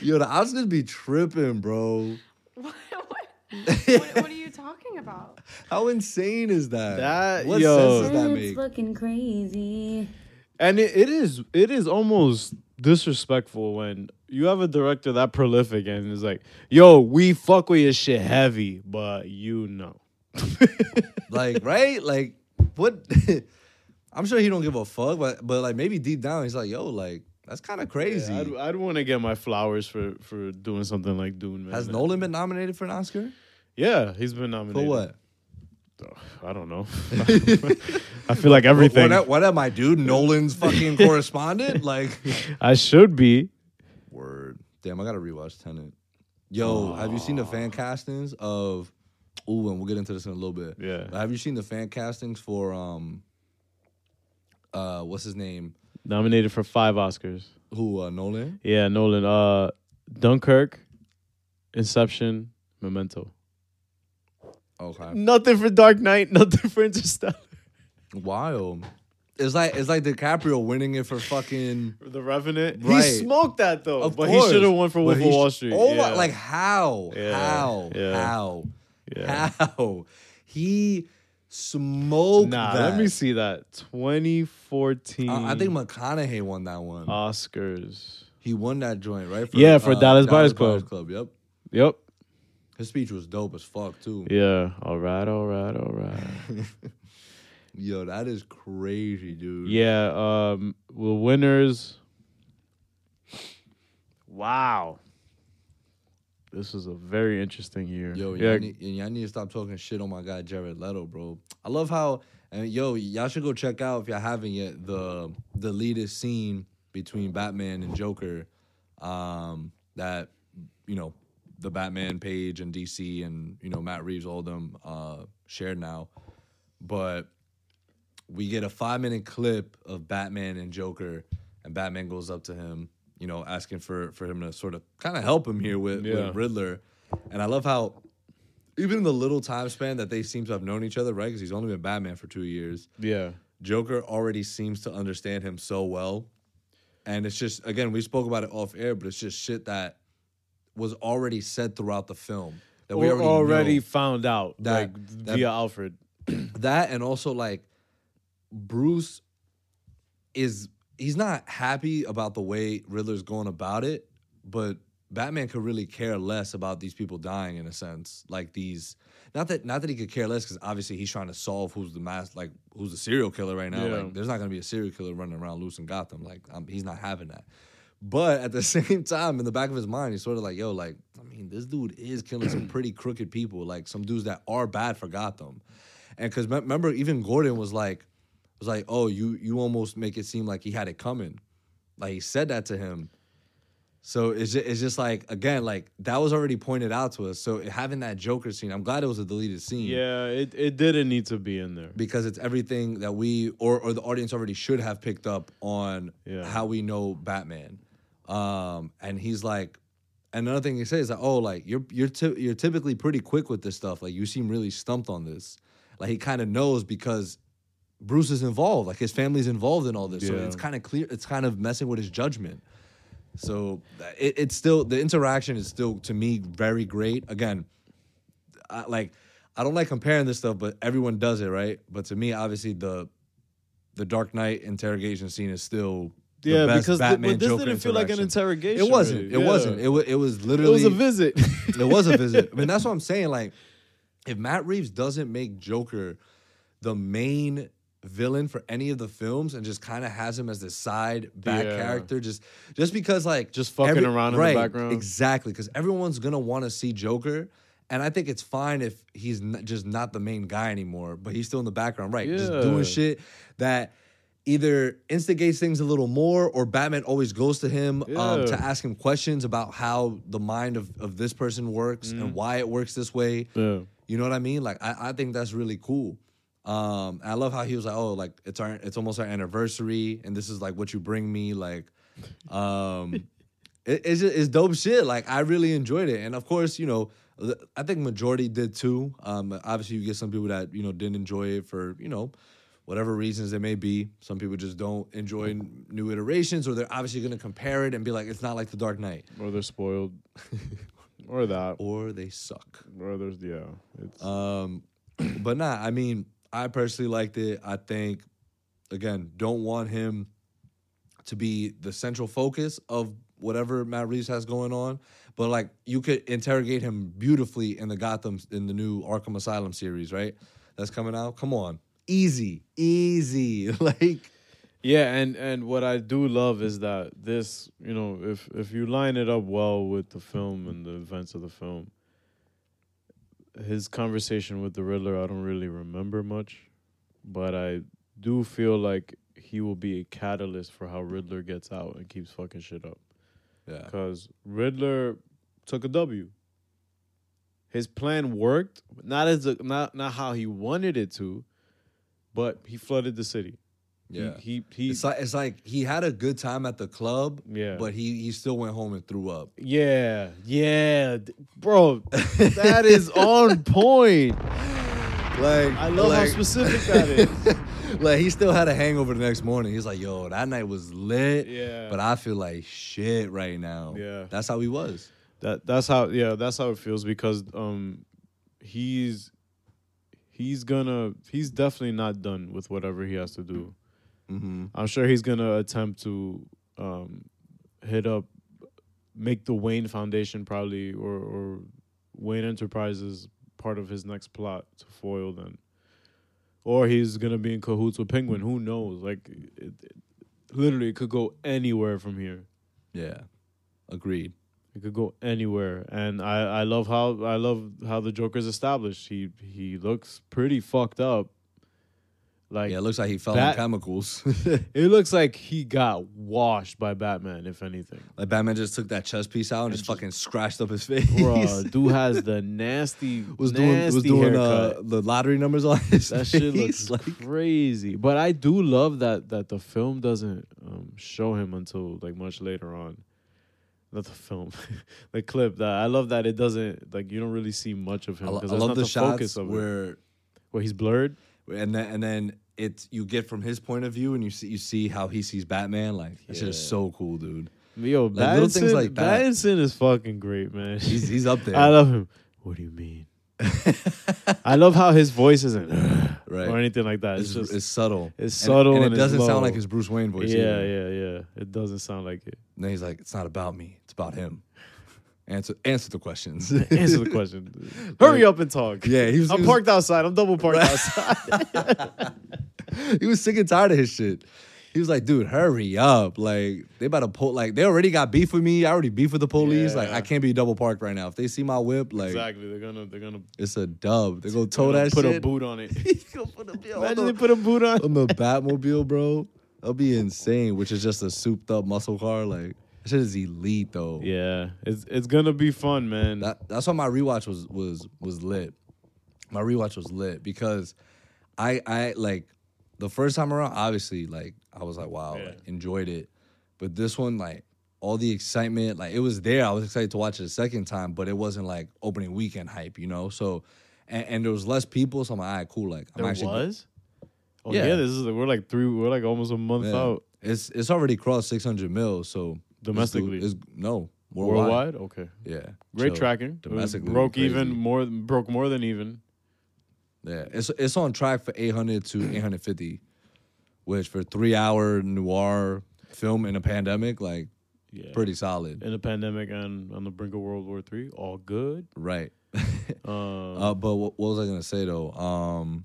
[SPEAKER 2] Yo, the Oscars be tripping, bro.
[SPEAKER 6] What, what, what are you talking about?
[SPEAKER 2] How insane is that?
[SPEAKER 4] That-
[SPEAKER 2] what
[SPEAKER 4] yo.
[SPEAKER 2] sense does that
[SPEAKER 1] That's
[SPEAKER 2] make?
[SPEAKER 1] fucking crazy.
[SPEAKER 4] And it, it is it is almost disrespectful when you have a director that prolific and is like, "Yo, we fuck with your shit heavy, but you know."
[SPEAKER 2] Like, right? Like, what? I'm sure he don't give a fuck, but but like maybe deep down he's like, yo, like that's kind of crazy.
[SPEAKER 4] Yeah, I'd, I'd want to get my flowers for for doing something like Dune. Man.
[SPEAKER 2] Has Nolan been nominated for an Oscar?
[SPEAKER 4] Yeah, he's been
[SPEAKER 2] For
[SPEAKER 4] nominated
[SPEAKER 2] what?
[SPEAKER 4] I don't know. I feel like everything.
[SPEAKER 2] What, am- what am I, dude? Nolan's fucking correspondent? Like,
[SPEAKER 4] I should be.
[SPEAKER 2] word. Damn, I gotta rewatch Tenet. Yo, have you seen the fan castings of? Ooh, and we'll get into this in a little bit.
[SPEAKER 4] Yeah.
[SPEAKER 2] But have you seen the fan castings for um? Uh, what's his name?
[SPEAKER 4] Nominated for five Oscars.
[SPEAKER 2] Who? Uh, Nolan.
[SPEAKER 4] Yeah, Nolan. Uh, Dunkirk, Inception, Memento.
[SPEAKER 2] Okay.
[SPEAKER 4] Nothing for Dark Knight. Nothing for Interstellar.
[SPEAKER 2] Wild. It's like it's like DiCaprio winning it for fucking.
[SPEAKER 4] The Revenant.
[SPEAKER 2] Right.
[SPEAKER 4] He smoked that though,
[SPEAKER 2] Of
[SPEAKER 4] but
[SPEAKER 2] course.
[SPEAKER 4] he should have won for
[SPEAKER 2] But
[SPEAKER 4] Wolf
[SPEAKER 2] he
[SPEAKER 4] of Wall
[SPEAKER 2] sh-
[SPEAKER 4] Street.
[SPEAKER 2] Oh
[SPEAKER 4] Yeah.
[SPEAKER 2] my! Like how?
[SPEAKER 4] Yeah.
[SPEAKER 2] How?
[SPEAKER 4] Yeah.
[SPEAKER 2] How?
[SPEAKER 4] Yeah.
[SPEAKER 2] How? He smoked
[SPEAKER 4] nah.
[SPEAKER 2] that.
[SPEAKER 4] Let me see that. 2014.
[SPEAKER 2] Uh, I think McConaughey won that one.
[SPEAKER 4] Oscars.
[SPEAKER 2] he won that joint, right?
[SPEAKER 4] Uh,
[SPEAKER 2] uh,
[SPEAKER 4] Yeah, for Dallas Buyers
[SPEAKER 2] Club. Yep.
[SPEAKER 4] Yep.
[SPEAKER 2] His speech was dope as fuck too.
[SPEAKER 4] Yeah. All right. All right. All right.
[SPEAKER 2] Yo, that is crazy, dude.
[SPEAKER 4] Yeah, um the winners. Wow. This is a very interesting year.
[SPEAKER 2] Yo,
[SPEAKER 4] yeah,
[SPEAKER 2] y'all need, and y'all need to stop talking shit on my guy Jared Leto, bro. I love how and yo, y'all should go check out if y'all haven't yet the deleted scene between Batman and Joker. Um, that you know, the Batman page and DC and you know Matt Reeves, all them uh shared now. But we get a five minute clip of Batman and Joker, and Batman goes up to him, you know, asking for for him to sort of kind of help him here with,
[SPEAKER 4] Yeah.
[SPEAKER 2] with Riddler. And I love how even in the little time span that they seem to have known each other, right? Because he's only been Batman for two years.
[SPEAKER 4] yeah.
[SPEAKER 2] Joker already seems to understand him so well. And it's just again, we spoke about it off air, but it's just shit that was already said throughout the film. That
[SPEAKER 4] Or already,
[SPEAKER 2] knew.
[SPEAKER 4] found out
[SPEAKER 2] that-
[SPEAKER 4] like
[SPEAKER 2] that-
[SPEAKER 4] via Alfred.
[SPEAKER 2] that and also like Bruce is he's not happy about the way Riddler's going about it, but Batman could really care less about these people dying in a sense. Like these not that not that he could care less cuz obviously he's trying to solve who's the mass like who's the serial killer right now.
[SPEAKER 4] Yeah.
[SPEAKER 2] Like there's not going to be a serial killer running around loose in Gotham. Like I'm, he's not having that. But at the same time, in the back of his mind, he's sort of like, yo, like, I mean, this dude is killing some pretty crooked people, like some dudes that are bad for Gotham. And because remember, even Gordon was like, was like, oh, you you almost make it seem like he had it coming. Like he said that to him. So it's just, it's just like again, like that was already pointed out to us. So having that Joker scene, I'm glad it was a deleted scene
[SPEAKER 4] Yeah, it, it didn't need to be in there.
[SPEAKER 2] because it's everything that we or, or the audience already should have picked up on
[SPEAKER 4] Yeah.
[SPEAKER 2] how we know Batman. Um, and he's like, and another thing he says is like, oh, like you're you're ty- you're typically pretty quick with this stuff. Like you seem really stumped on this. Like he kind of knows because Bruce is involved. Like his family's involved in all this, so
[SPEAKER 4] Yeah.
[SPEAKER 2] it's kind of clear. It's kind of messing with his judgment. So it, it's still the interaction is still to me very great. Again, I, like I don't like comparing this stuff, but everyone does it, right? But to me, obviously the the Dark Knight interrogation scene is still the
[SPEAKER 4] yeah,
[SPEAKER 2] best
[SPEAKER 4] because th-
[SPEAKER 2] Batman
[SPEAKER 4] but this
[SPEAKER 2] Joker
[SPEAKER 4] didn't feel like an
[SPEAKER 2] interaction.
[SPEAKER 4] interrogation.
[SPEAKER 2] It wasn't.
[SPEAKER 4] really.
[SPEAKER 2] It
[SPEAKER 4] Yeah.
[SPEAKER 2] wasn't. It was. It was
[SPEAKER 4] It
[SPEAKER 2] literally.
[SPEAKER 4] was a visit.
[SPEAKER 2] It was a visit. I mean, that's what I'm saying. Like, if Matt Reeves doesn't make Joker the main villain for any of the films and just kind of has him as the side back
[SPEAKER 4] Yeah.
[SPEAKER 2] character, just just because like
[SPEAKER 4] Just fucking around in the background.
[SPEAKER 2] exactly. Because everyone's gonna want to see Joker. And I think it's fine if he's n- just not the main guy anymore, but he's still in the background, right? Just
[SPEAKER 4] Yeah.
[SPEAKER 2] doing shit that either instigates things a little more or Batman always goes to him um,
[SPEAKER 4] Yeah.
[SPEAKER 2] to ask him questions about how the mind of, of this person works and why it works this way.
[SPEAKER 4] Mm. yeah.
[SPEAKER 2] You know what I mean? Like I, I think that's really cool. Um, I love how he was like, oh, like it's our it's almost our anniversary, and this is like what you bring me. Like, um, it, it's just, it's dope shit. Like I really enjoyed it, and of course, you know, th- I think majority did too. Um, obviously, you get some people that you know didn't enjoy it for you know whatever reasons it may be. Some people just don't enjoy n- new iterations, or they're obviously gonna compare it and be like, it's not like The Dark Knight,
[SPEAKER 4] Or they're spoiled. or that.
[SPEAKER 2] or they suck.
[SPEAKER 4] Or there's yeah. It's
[SPEAKER 2] Um, but nah, I mean, I personally liked it. I think, again, don't want him to be the central focus of whatever Matt Reeves has going on. But like, you could interrogate him beautifully in the Gotham in the new Arkham Asylum series, right? That's coming out. Come on, easy, easy. like,
[SPEAKER 4] Yeah, and and what I do love is that this, you know, if if you line it up well with the film and the events of the film, his conversation with the Riddler, I don't really remember much, but I do feel like he will be a catalyst for how Riddler gets out and keeps fucking shit up
[SPEAKER 2] yeah,
[SPEAKER 4] because Riddler took a W. His plan worked, not as a, not not how he wanted it to, but he flooded the city. He-
[SPEAKER 2] yeah.
[SPEAKER 4] he he,
[SPEAKER 2] It's like it's like he had a good time at the club,
[SPEAKER 4] Yeah.
[SPEAKER 2] but he he still went home and threw up.
[SPEAKER 4] Yeah, yeah, d- bro, that is on point.
[SPEAKER 2] Like
[SPEAKER 4] I love
[SPEAKER 2] like,
[SPEAKER 4] how specific that is.
[SPEAKER 2] like he still had a hangover the next morning. He's like, "Yo, that night was lit,
[SPEAKER 4] Yeah.
[SPEAKER 2] but I feel like shit right now."
[SPEAKER 4] Yeah.
[SPEAKER 2] that's how he was.
[SPEAKER 4] That that's how yeah, that's how it feels because um, he's he's gonna he's definitely not done with whatever he has to do.
[SPEAKER 2] hmm
[SPEAKER 4] I'm sure he's gonna attempt to um, hit up, make the Wayne Foundation probably or or Wayne Enterprises part of his next plot to foil them. or he's gonna be in cahoots with Penguin. Who knows? Like, it, it- literally, it could go anywhere from here.
[SPEAKER 2] Yeah. Agreed.
[SPEAKER 4] It could go anywhere, and I, I love how I love how the Joker's established. He he looks pretty fucked up. Like
[SPEAKER 2] Yeah, it looks like he fell
[SPEAKER 4] That-
[SPEAKER 2] on chemicals.
[SPEAKER 4] it looks like he got washed by Batman, if anything.
[SPEAKER 2] like Batman just took that chest piece out and just fucking scratched up his face.
[SPEAKER 4] Bro, dude has the nasty
[SPEAKER 2] was doing
[SPEAKER 4] nasty
[SPEAKER 2] was doing
[SPEAKER 4] haircut.
[SPEAKER 2] uh, the lottery numbers on his
[SPEAKER 4] that
[SPEAKER 2] face.
[SPEAKER 4] shit looks
[SPEAKER 2] like
[SPEAKER 4] crazy. But I do love that that the film doesn't um, show him until like much later on. Not the film, the clip. That I love that it doesn't like you don't really see much of him
[SPEAKER 2] I, lo-
[SPEAKER 4] because
[SPEAKER 2] I
[SPEAKER 4] that's
[SPEAKER 2] love
[SPEAKER 4] not
[SPEAKER 2] the,
[SPEAKER 4] the,
[SPEAKER 2] shots
[SPEAKER 4] focus of it.
[SPEAKER 2] where
[SPEAKER 4] Where he's blurred.
[SPEAKER 2] and then and then it's you get from his point of view and you see you see how he sees Batman. Like that shit is so cool, dude.
[SPEAKER 4] Yo,
[SPEAKER 2] Like, little things
[SPEAKER 4] Pattinson,
[SPEAKER 2] like that.
[SPEAKER 4] Pattinson is fucking great, man.
[SPEAKER 2] He's he's up there.
[SPEAKER 4] I love him. What do you mean? I love how his voice isn't
[SPEAKER 2] Right.
[SPEAKER 4] or anything like that. It's,
[SPEAKER 2] it's,
[SPEAKER 4] just
[SPEAKER 2] it's subtle.
[SPEAKER 4] it's
[SPEAKER 2] And-
[SPEAKER 4] subtle
[SPEAKER 2] and,
[SPEAKER 4] and
[SPEAKER 2] it
[SPEAKER 4] it's
[SPEAKER 2] doesn't
[SPEAKER 4] low.
[SPEAKER 2] sound like his Bruce Wayne voice.
[SPEAKER 4] yeah,
[SPEAKER 2] either.
[SPEAKER 4] yeah, yeah. It doesn't sound like it.
[SPEAKER 2] And then he's like, "It's not about me. It's about him." Answer answer the questions.
[SPEAKER 4] Answer the question. Hurry up and talk.
[SPEAKER 2] Yeah, he was-
[SPEAKER 4] I'm
[SPEAKER 2] he was-
[SPEAKER 4] parked outside. I'm double parked outside.
[SPEAKER 2] he was sick and tired of his shit. He was like, "Dude, hurry up! Like they about to pull. Like they already got beef with me. I already beef with the police. Like
[SPEAKER 4] Yeah.
[SPEAKER 2] I can't be double parked right now. If they see my whip, like
[SPEAKER 4] exactly. They're gonna they're gonna
[SPEAKER 2] it's a dub. They go
[SPEAKER 4] they're
[SPEAKER 2] tow
[SPEAKER 4] gonna
[SPEAKER 2] that
[SPEAKER 4] put
[SPEAKER 2] shit.
[SPEAKER 4] a boot on it. Imagine
[SPEAKER 2] on
[SPEAKER 4] they
[SPEAKER 2] the-
[SPEAKER 4] put a boot on.
[SPEAKER 2] on the Batmobile, bro. That'd be insane. Which is just a souped up muscle car. Like that shit is elite though.
[SPEAKER 4] Yeah, it's it's gonna be fun, man.
[SPEAKER 2] That, that's why my rewatch was was was lit. My rewatch was lit because I I like the first time around, obviously, like I was like, wow, like, enjoyed it. But this one, like all the excitement, like it was there. I was excited to watch it a second time, but it wasn't like opening weekend hype, you know. So and, and there was less people, so I'm like, all right, cool. Like I'm
[SPEAKER 4] there
[SPEAKER 2] actually
[SPEAKER 4] was. Oh yeah.
[SPEAKER 2] Yeah.
[SPEAKER 4] this is we're like three. We're like almost a month
[SPEAKER 2] Yeah.
[SPEAKER 4] out
[SPEAKER 2] It's it's already crossed 600 mil. So it's-
[SPEAKER 4] Domestically?
[SPEAKER 2] it's, no
[SPEAKER 4] worldwide.
[SPEAKER 2] worldwide.
[SPEAKER 4] Okay,
[SPEAKER 2] Yeah,
[SPEAKER 4] great
[SPEAKER 2] So,
[SPEAKER 4] tracking. It was-
[SPEAKER 2] Domestically,
[SPEAKER 4] broke
[SPEAKER 2] crazy.
[SPEAKER 4] even more. Broke more than even.
[SPEAKER 2] Yeah, it's it's on track for 800 to 850, which for three hour noir film in a pandemic, like
[SPEAKER 4] Yeah,
[SPEAKER 2] pretty solid,
[SPEAKER 4] in the pandemic and on the brink of World War Three. All good.
[SPEAKER 2] right?
[SPEAKER 4] Um,
[SPEAKER 2] Uh, but what, what was I gonna say though? Um,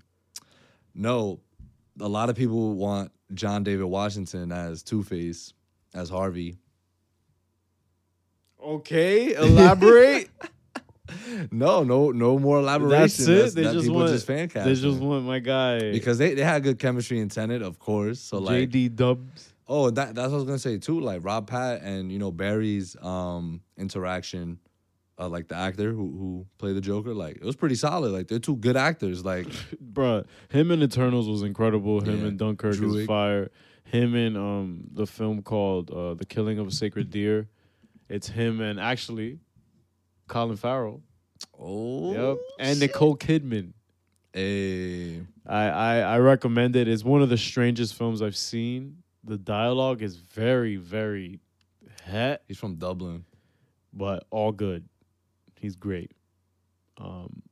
[SPEAKER 2] no, a lot of people want John David Washington as Two Face, as Harvey.
[SPEAKER 4] okay, elaborate.
[SPEAKER 2] No, no, no more elaboration.
[SPEAKER 4] That's it. They
[SPEAKER 2] that
[SPEAKER 4] just
[SPEAKER 2] people
[SPEAKER 4] want
[SPEAKER 2] just fan cast
[SPEAKER 4] They just
[SPEAKER 2] him.
[SPEAKER 4] want my guy
[SPEAKER 2] because they, they had good chemistry in Tenet, of course. So like
[SPEAKER 4] JD Dubs.
[SPEAKER 2] Oh, that, that's what I was gonna say too. Like Rob Pat and you know Barry's um interaction, uh, like the actor who who played the Joker, like it was pretty solid. Like they're two good actors. Like
[SPEAKER 4] Bruh, him in Eternals was incredible. Him
[SPEAKER 2] Yeah.
[SPEAKER 4] in Dunkirk
[SPEAKER 2] Druig.
[SPEAKER 4] is fire. Him in um the film called uh, The Killing of a Sacred Deer. It's him and actually Colin Farrell.
[SPEAKER 2] oh,
[SPEAKER 4] Yep. And Nicole Kidman.
[SPEAKER 2] hey,
[SPEAKER 4] I, I I recommend it. It's one of the strangest films I've seen. The dialogue is very, very het.
[SPEAKER 2] he's from Dublin,
[SPEAKER 4] but all good. He's great. Um,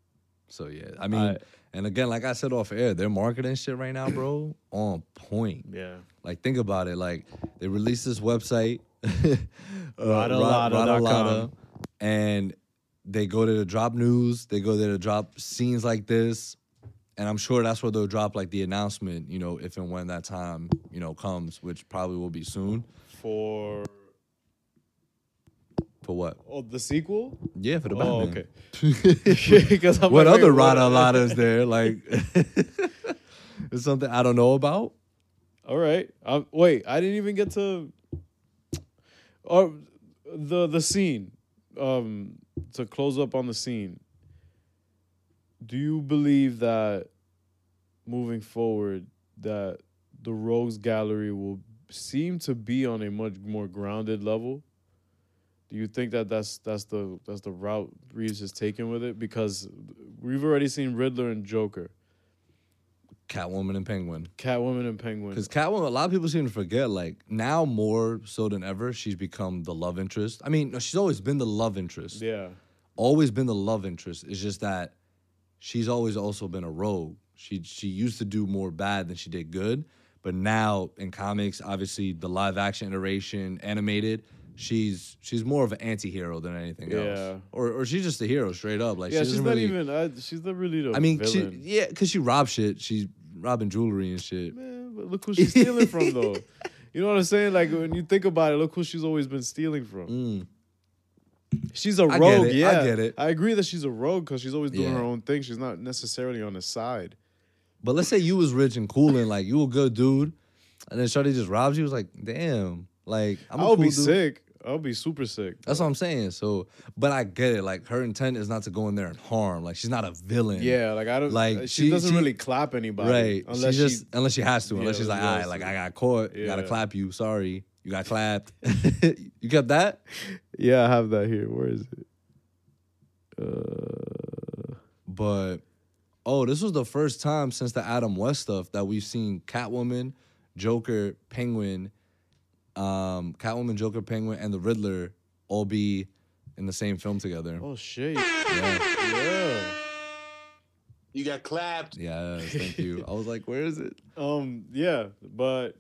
[SPEAKER 2] so yeah. I mean,
[SPEAKER 4] I-
[SPEAKER 2] and again, like I said off air, their marketing shit right now, bro, on point.
[SPEAKER 4] yeah.
[SPEAKER 2] Like think about it. Like they released this website, uh,
[SPEAKER 4] Radalada.com.
[SPEAKER 2] Ra- Radalada, and they go there to drop news. They go there to drop scenes like this, and I'm sure that's where they'll drop like the announcement. You know, if and when that time you know comes, which probably will be soon.
[SPEAKER 4] For
[SPEAKER 2] For what?
[SPEAKER 4] oh the sequel?
[SPEAKER 2] Yeah, for the
[SPEAKER 4] Oh,
[SPEAKER 2] Batman.
[SPEAKER 4] okay. Because
[SPEAKER 2] What other Radalada is there? Like, it's something I don't know about.
[SPEAKER 4] All right. Um, wait, I didn't even get to. Oh, the the scene. Um, to close up on the scene. Do you believe that, moving forward, that the Rogues Gallery will seem to be on a much more grounded level? Do you think that that's that's the that's the route Reeves has taken with it? Because we've already seen Riddler and Joker,
[SPEAKER 2] Catwoman and Penguin.
[SPEAKER 4] Catwoman and Penguin.
[SPEAKER 2] Because Catwoman, a lot of people seem to forget, like, now more so than ever, she's become the love interest. I mean, no, she's always been the love interest.
[SPEAKER 4] Yeah.
[SPEAKER 2] Always been the love interest. It's just that she's always also been a rogue. She she used to do more bad than she did good. But now in comics, obviously the live action iteration, animated, she's she's more of an anti hero than anything
[SPEAKER 4] Yeah.
[SPEAKER 2] else. Or or she's just a hero straight up. Like she
[SPEAKER 4] Yeah, she's
[SPEAKER 2] doesn't
[SPEAKER 4] not
[SPEAKER 2] really-
[SPEAKER 4] even. I, she's not really the.
[SPEAKER 2] I mean, she,
[SPEAKER 4] villain.
[SPEAKER 2] yeah, because she robs shit. She robbing jewelry and shit.
[SPEAKER 4] Man, but look who she's stealing from, though. You know what I'm saying? Like when you think about it, look who she's always been stealing from. She's a
[SPEAKER 2] get
[SPEAKER 4] rogue.
[SPEAKER 2] it, Mm. I
[SPEAKER 4] yeah,
[SPEAKER 2] get it.
[SPEAKER 4] I agree that she's a rogue because she's always doing
[SPEAKER 2] Yeah.
[SPEAKER 4] her own thing. She's not necessarily on the side.
[SPEAKER 2] But let's say you was rich and cool and like you a good dude, and then Shorty just robs you. It's like, damn, like I'm
[SPEAKER 4] i
[SPEAKER 2] a
[SPEAKER 4] will
[SPEAKER 2] cool
[SPEAKER 4] be
[SPEAKER 2] dude.
[SPEAKER 4] sick. I'll be super sick.
[SPEAKER 2] That's what I'm saying. So, but I get it. Like her intent is not to go in there and harm. Like she's not a villain.
[SPEAKER 4] Yeah, like I don't
[SPEAKER 2] Like,
[SPEAKER 4] like she,
[SPEAKER 2] she-
[SPEAKER 4] doesn't
[SPEAKER 2] she-
[SPEAKER 4] really clap anybody.
[SPEAKER 2] Right.
[SPEAKER 4] Unless
[SPEAKER 2] she just unless she has to.
[SPEAKER 4] Yeah,
[SPEAKER 2] unless she's like,
[SPEAKER 4] unless
[SPEAKER 2] all
[SPEAKER 4] she has
[SPEAKER 2] right, like
[SPEAKER 4] to.
[SPEAKER 2] I got caught. Gotta
[SPEAKER 4] Yeah.
[SPEAKER 2] clap you. Sorry. You got clapped. you kept that?
[SPEAKER 4] Yeah, I have that here. Where is it?
[SPEAKER 2] But oh, this was the first time since the Adam West stuff that we've seen Catwoman, Joker, Penguin, um, Catwoman, Joker, Penguin, and the Riddler all be in the same film together.
[SPEAKER 4] Oh shit. Yeah.
[SPEAKER 7] You got clapped.
[SPEAKER 2] Yes, thank you. I was like, where is it?
[SPEAKER 4] Um. Yeah, but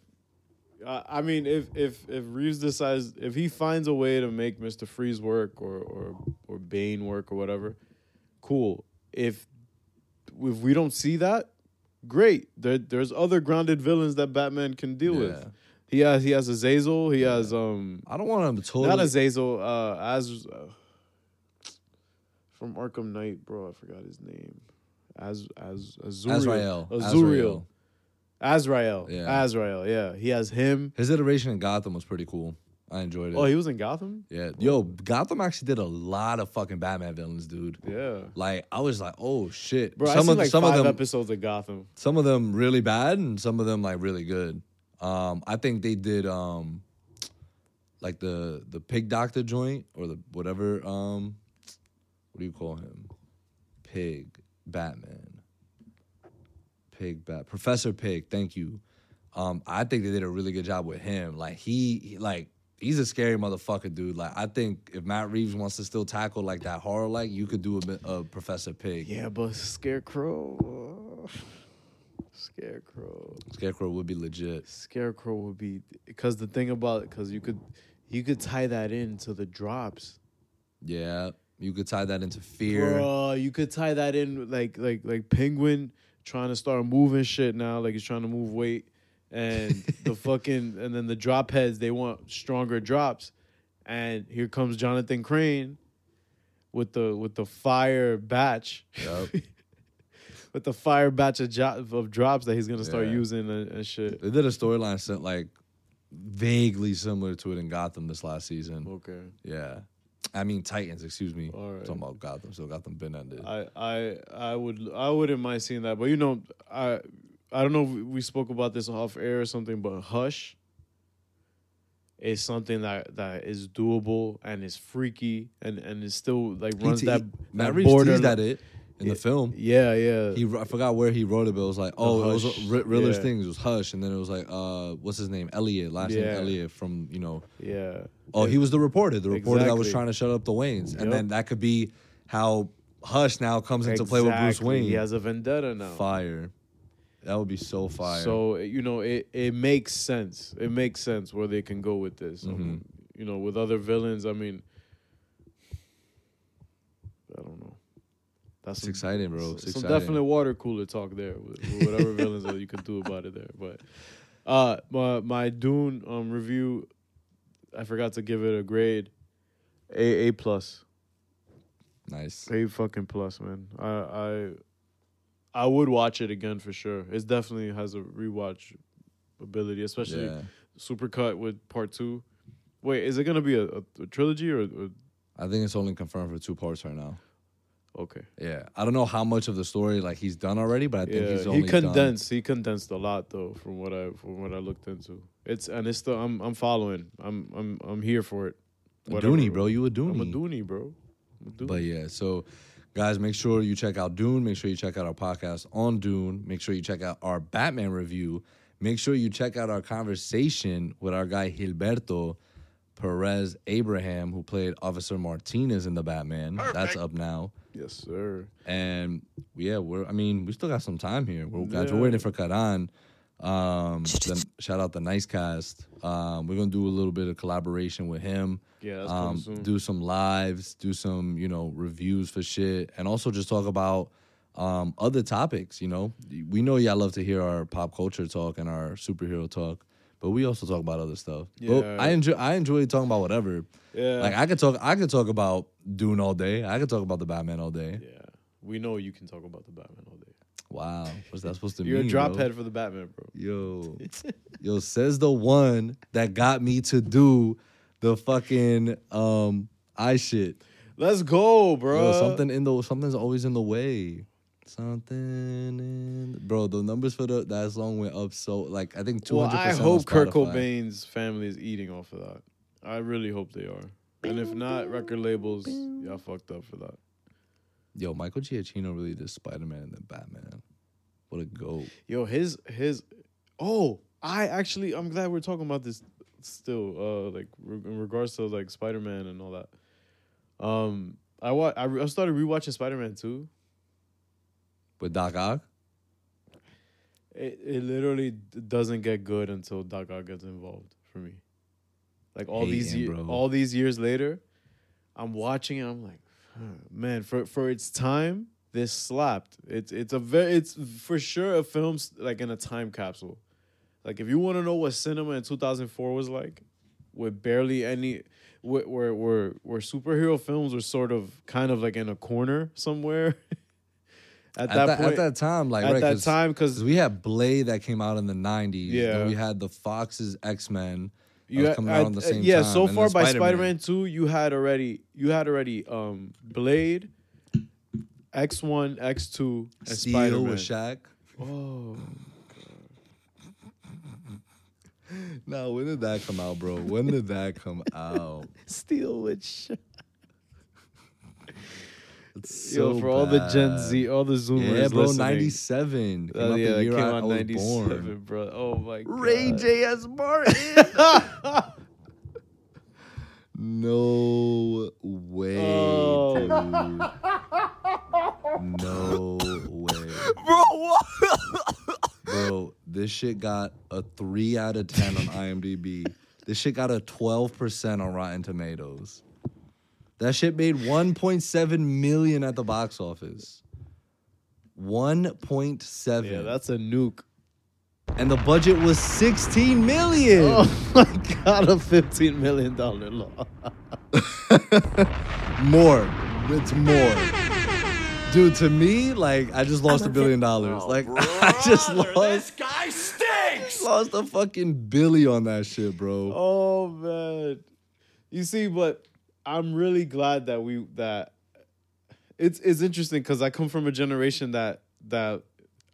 [SPEAKER 4] I, I mean, if if if Reeves decides if he finds a way to make Mister Freeze work or or or Bane work or whatever, cool. If if we don't see that, great. There there's other grounded villains that Batman can deal with.
[SPEAKER 2] Yeah.
[SPEAKER 4] He has he has Azazel. He has um
[SPEAKER 2] I don't want him to totally.
[SPEAKER 4] not Azazel. Uh, Az uh, from Arkham Knight, bro. I forgot his name. Az Az Azuriel.
[SPEAKER 2] Azrael.
[SPEAKER 4] Azuriel.
[SPEAKER 2] Azrael.
[SPEAKER 4] Azrael.
[SPEAKER 2] Yeah.
[SPEAKER 4] Azrael. Yeah. He has him.
[SPEAKER 2] His iteration in Gotham was pretty cool. I enjoyed it.
[SPEAKER 4] Oh, he was in Gotham.
[SPEAKER 2] yeah. Yo, Gotham actually did a lot of fucking Batman villains, dude.
[SPEAKER 4] Yeah.
[SPEAKER 2] Like I was like, oh shit.
[SPEAKER 4] Bro, I
[SPEAKER 2] some
[SPEAKER 4] seen
[SPEAKER 2] of
[SPEAKER 4] like
[SPEAKER 2] some
[SPEAKER 4] five
[SPEAKER 2] of them
[SPEAKER 4] episodes of Gotham.
[SPEAKER 2] some of them really bad and some of them like really good. Um, I think they did um, like the the pig doctor joint or the whatever. Um, what do you call him? Pig Batman. Pig Bat Professor Pig. Thank you. Um, I think they did a really good job with him. Like he, he- like he's a scary motherfucker, dude. Like I think if Matt Reeves wants to still tackle like that horror, like you could do a, bit- a Professor Pig.
[SPEAKER 4] Yeah, but Scarecrow. Scarecrow.
[SPEAKER 2] Scarecrow would be legit.
[SPEAKER 4] Scarecrow would be because the thing about because you could you could tie that into the drops.
[SPEAKER 2] Yeah, you could tie that into fear.
[SPEAKER 4] Bro, you could tie that in with, like like like penguin trying to start moving shit now, like he's trying to move weight, and the fucking and then the drop heads they want stronger drops, and here comes Jonathan Crane with the with the fire batch,
[SPEAKER 2] Yup.
[SPEAKER 4] with the fire batch of, jo- of drops that he's gonna start
[SPEAKER 2] Yeah.
[SPEAKER 4] using and, and shit.
[SPEAKER 2] They did a storyline sent like vaguely similar to it in Gotham this last season.
[SPEAKER 4] Okay,
[SPEAKER 2] Yeah. I mean Titans, excuse me.
[SPEAKER 4] All right.
[SPEAKER 2] Talking about Gotham, so Gotham been ended.
[SPEAKER 4] I I I would I wouldn't mind seeing that, but you know I I don't know if we spoke about this off air or something, but Hush is something that that is doable and is freaky and and is still like
[SPEAKER 2] He
[SPEAKER 4] runs
[SPEAKER 2] te-
[SPEAKER 4] that,
[SPEAKER 2] Matt
[SPEAKER 4] that
[SPEAKER 2] Reeves
[SPEAKER 4] border
[SPEAKER 2] E teased at it in
[SPEAKER 4] Yeah.
[SPEAKER 2] the film.
[SPEAKER 4] Yeah, yeah.
[SPEAKER 2] He I forgot where he wrote it, but it was like, oh, it was
[SPEAKER 4] Hush,
[SPEAKER 2] R- Riddler's
[SPEAKER 4] yeah.
[SPEAKER 2] things was Hush, and then it was like, uh, what's his name, Elliot, last name
[SPEAKER 4] Yeah.
[SPEAKER 2] Elliot from you know
[SPEAKER 4] yeah.
[SPEAKER 2] Oh, he was the reporter, the reporter that was
[SPEAKER 4] Exactly.
[SPEAKER 2] trying to shut up the Waynes. And
[SPEAKER 4] Yep.
[SPEAKER 2] then that could be how Hush now comes into play with Bruce
[SPEAKER 4] Exactly.
[SPEAKER 2] Wayne.
[SPEAKER 4] He has a vendetta now.
[SPEAKER 2] fire. That would be so fire.
[SPEAKER 4] So you know, it it makes sense. It makes sense where they can go with this.
[SPEAKER 2] Mm-hmm.
[SPEAKER 4] Um, you know, with other villains, I mean, I don't know. That's
[SPEAKER 2] it's
[SPEAKER 4] some-
[SPEAKER 2] exciting, bro.
[SPEAKER 4] Some
[SPEAKER 2] It's exciting.
[SPEAKER 4] definitely water cooler talk there with, with whatever villains that you can do about it there. But uh, my my Dune um review, I forgot to give it a grade, a a plus.
[SPEAKER 2] nice.
[SPEAKER 4] A fucking plus, man. I I I would watch it again for sure. It definitely has a rewatch ability, especially
[SPEAKER 2] Yeah.
[SPEAKER 4] Supercut with part two. Wait, is it gonna be a, a, a trilogy or, or
[SPEAKER 2] I think it's only confirmed for two parts right now.
[SPEAKER 4] okay?
[SPEAKER 2] Yeah. I don't know how much of the story like he's done already, but I think
[SPEAKER 4] Yeah,
[SPEAKER 2] he's
[SPEAKER 4] he
[SPEAKER 2] only Done.
[SPEAKER 4] condensed. He condensed a lot though, from what I from what I looked into. It's and it's still I'm I'm following. I'm I'm I'm here for it.
[SPEAKER 2] A
[SPEAKER 4] Whatever.
[SPEAKER 2] Dooney, bro. You a
[SPEAKER 4] I'm
[SPEAKER 2] Dooney.
[SPEAKER 4] a Dooney, bro. I'm a Dooney.
[SPEAKER 2] But yeah, so guys, make sure you check out Dune. Make sure you check out our podcast on Dune. Make sure you check out our Batman review. Make sure you check out our conversation with our guy Gilberto Perez Abraham, who played Officer Martinez in the Batman. That's up now.
[SPEAKER 4] yes, sir.
[SPEAKER 2] And yeah, we're I mean, we still got some time here. We're guys, we're
[SPEAKER 4] Yeah.
[SPEAKER 2] waiting for Karan. Um the- shout out the nice cast. Um we're gonna do a little bit of collaboration with him
[SPEAKER 4] Yeah, that's coming
[SPEAKER 2] um,
[SPEAKER 4] soon.
[SPEAKER 2] do some lives, do some you know reviews for shit, and also just talk about um, other topics. You know, we know y'all love to hear our pop culture talk and our superhero talk, but we also talk about other stuff. But
[SPEAKER 4] Yeah.
[SPEAKER 2] I enjoy I enjoy talking about whatever.
[SPEAKER 4] Yeah.
[SPEAKER 2] Like I could talk I could talk about Dune all day. I could talk about the Batman all day.
[SPEAKER 4] yeah. We know you can talk about the Batman all day.
[SPEAKER 2] Wow, what's that supposed to
[SPEAKER 4] You're
[SPEAKER 2] mean?
[SPEAKER 4] a drop
[SPEAKER 2] bro?
[SPEAKER 4] head for the Batman, bro.
[SPEAKER 2] Yo, yo, says the one that got me to do the fucking um eye shit.
[SPEAKER 4] Let's go,
[SPEAKER 2] Yo,
[SPEAKER 4] bro.
[SPEAKER 2] something in the something's always in the way. Something in bro. The numbers for the that song went up so like I think two
[SPEAKER 4] Well,
[SPEAKER 2] hundred.
[SPEAKER 4] I hope Kurt Cobain's family is eating off of that. I really hope they are. And if not, record labels, y'all fucked up for that.
[SPEAKER 2] Yo, Michael Giacchino really did Spider Man and then Batman. What a goat.
[SPEAKER 4] Yo, his his. Oh, I actually, I'm glad we're talking about this still. Uh, like re- in regards to like Spider Man and all that. Um, I wa- I, re- I started rewatching Spider Man too.
[SPEAKER 2] With Doc Ock.
[SPEAKER 4] It it literally d- doesn't get good until Doc Ock gets involved for me. Like all these
[SPEAKER 2] Hating,
[SPEAKER 4] years,
[SPEAKER 2] bro.
[SPEAKER 4] all these years later, I'm watching it. I'm like, huh, man, for for its time, this slapped. It's it's a very it's for sure a film s- like in a time capsule. Like if you want to know what cinema in 2004 was like, with barely any, where where where, where superhero films were sort of kind of like in a corner somewhere. at,
[SPEAKER 2] At,
[SPEAKER 4] that,
[SPEAKER 2] that,
[SPEAKER 4] point,
[SPEAKER 2] at that time, like
[SPEAKER 4] at
[SPEAKER 2] right,
[SPEAKER 4] that
[SPEAKER 2] 'cause-
[SPEAKER 4] time, 'cause-
[SPEAKER 2] 'cause we had Blade that came out in the nineties.
[SPEAKER 4] Yeah.
[SPEAKER 2] Then we had the Fox's X Men.
[SPEAKER 4] you
[SPEAKER 2] was
[SPEAKER 4] had-
[SPEAKER 2] coming out
[SPEAKER 4] I-
[SPEAKER 2] on the
[SPEAKER 4] uh,
[SPEAKER 2] same
[SPEAKER 4] yeah
[SPEAKER 2] time,
[SPEAKER 4] so
[SPEAKER 2] and then
[SPEAKER 4] far by spider-man
[SPEAKER 2] Spider-Man.
[SPEAKER 4] 2 you had already you had already um blade x1 x2 and
[SPEAKER 2] Steel
[SPEAKER 4] spider-man
[SPEAKER 2] with Shaq.
[SPEAKER 4] oh
[SPEAKER 2] No, when did that come out, bro? When did that come out?
[SPEAKER 4] steel with Shaq.
[SPEAKER 2] It's
[SPEAKER 4] yo
[SPEAKER 2] so
[SPEAKER 4] for all the gen
[SPEAKER 2] bad.
[SPEAKER 4] z all the zoomers
[SPEAKER 2] Yeah, bro,
[SPEAKER 4] listening.
[SPEAKER 2] 97. Came
[SPEAKER 4] Oh,
[SPEAKER 2] out
[SPEAKER 4] yeah,
[SPEAKER 2] the
[SPEAKER 4] it
[SPEAKER 2] year
[SPEAKER 4] came
[SPEAKER 2] I,
[SPEAKER 4] out
[SPEAKER 2] I was
[SPEAKER 4] 97
[SPEAKER 2] born.
[SPEAKER 4] bro oh my god
[SPEAKER 2] J.S. Martin. no way, dude. No way. Bro, Bro, this shit got a 3 out of 10 on IMDb. This shit got a 12% on Rotten Tomatoes. That shit made 1.7 million at the box office. 1.7.
[SPEAKER 4] yeah that's a nuke
[SPEAKER 2] and the budget was 16 million.
[SPEAKER 4] oh my god a 15 million dollar law
[SPEAKER 2] More. It's more. Dude, to me, like I just lost a billion dollars. Like I just
[SPEAKER 3] Oh, This
[SPEAKER 2] lost
[SPEAKER 3] guy stinks.
[SPEAKER 2] lost a fucking billy on that shit, bro.
[SPEAKER 4] Oh man. You see, but I'm really glad that we that it's it's interesting because I come from a generation that that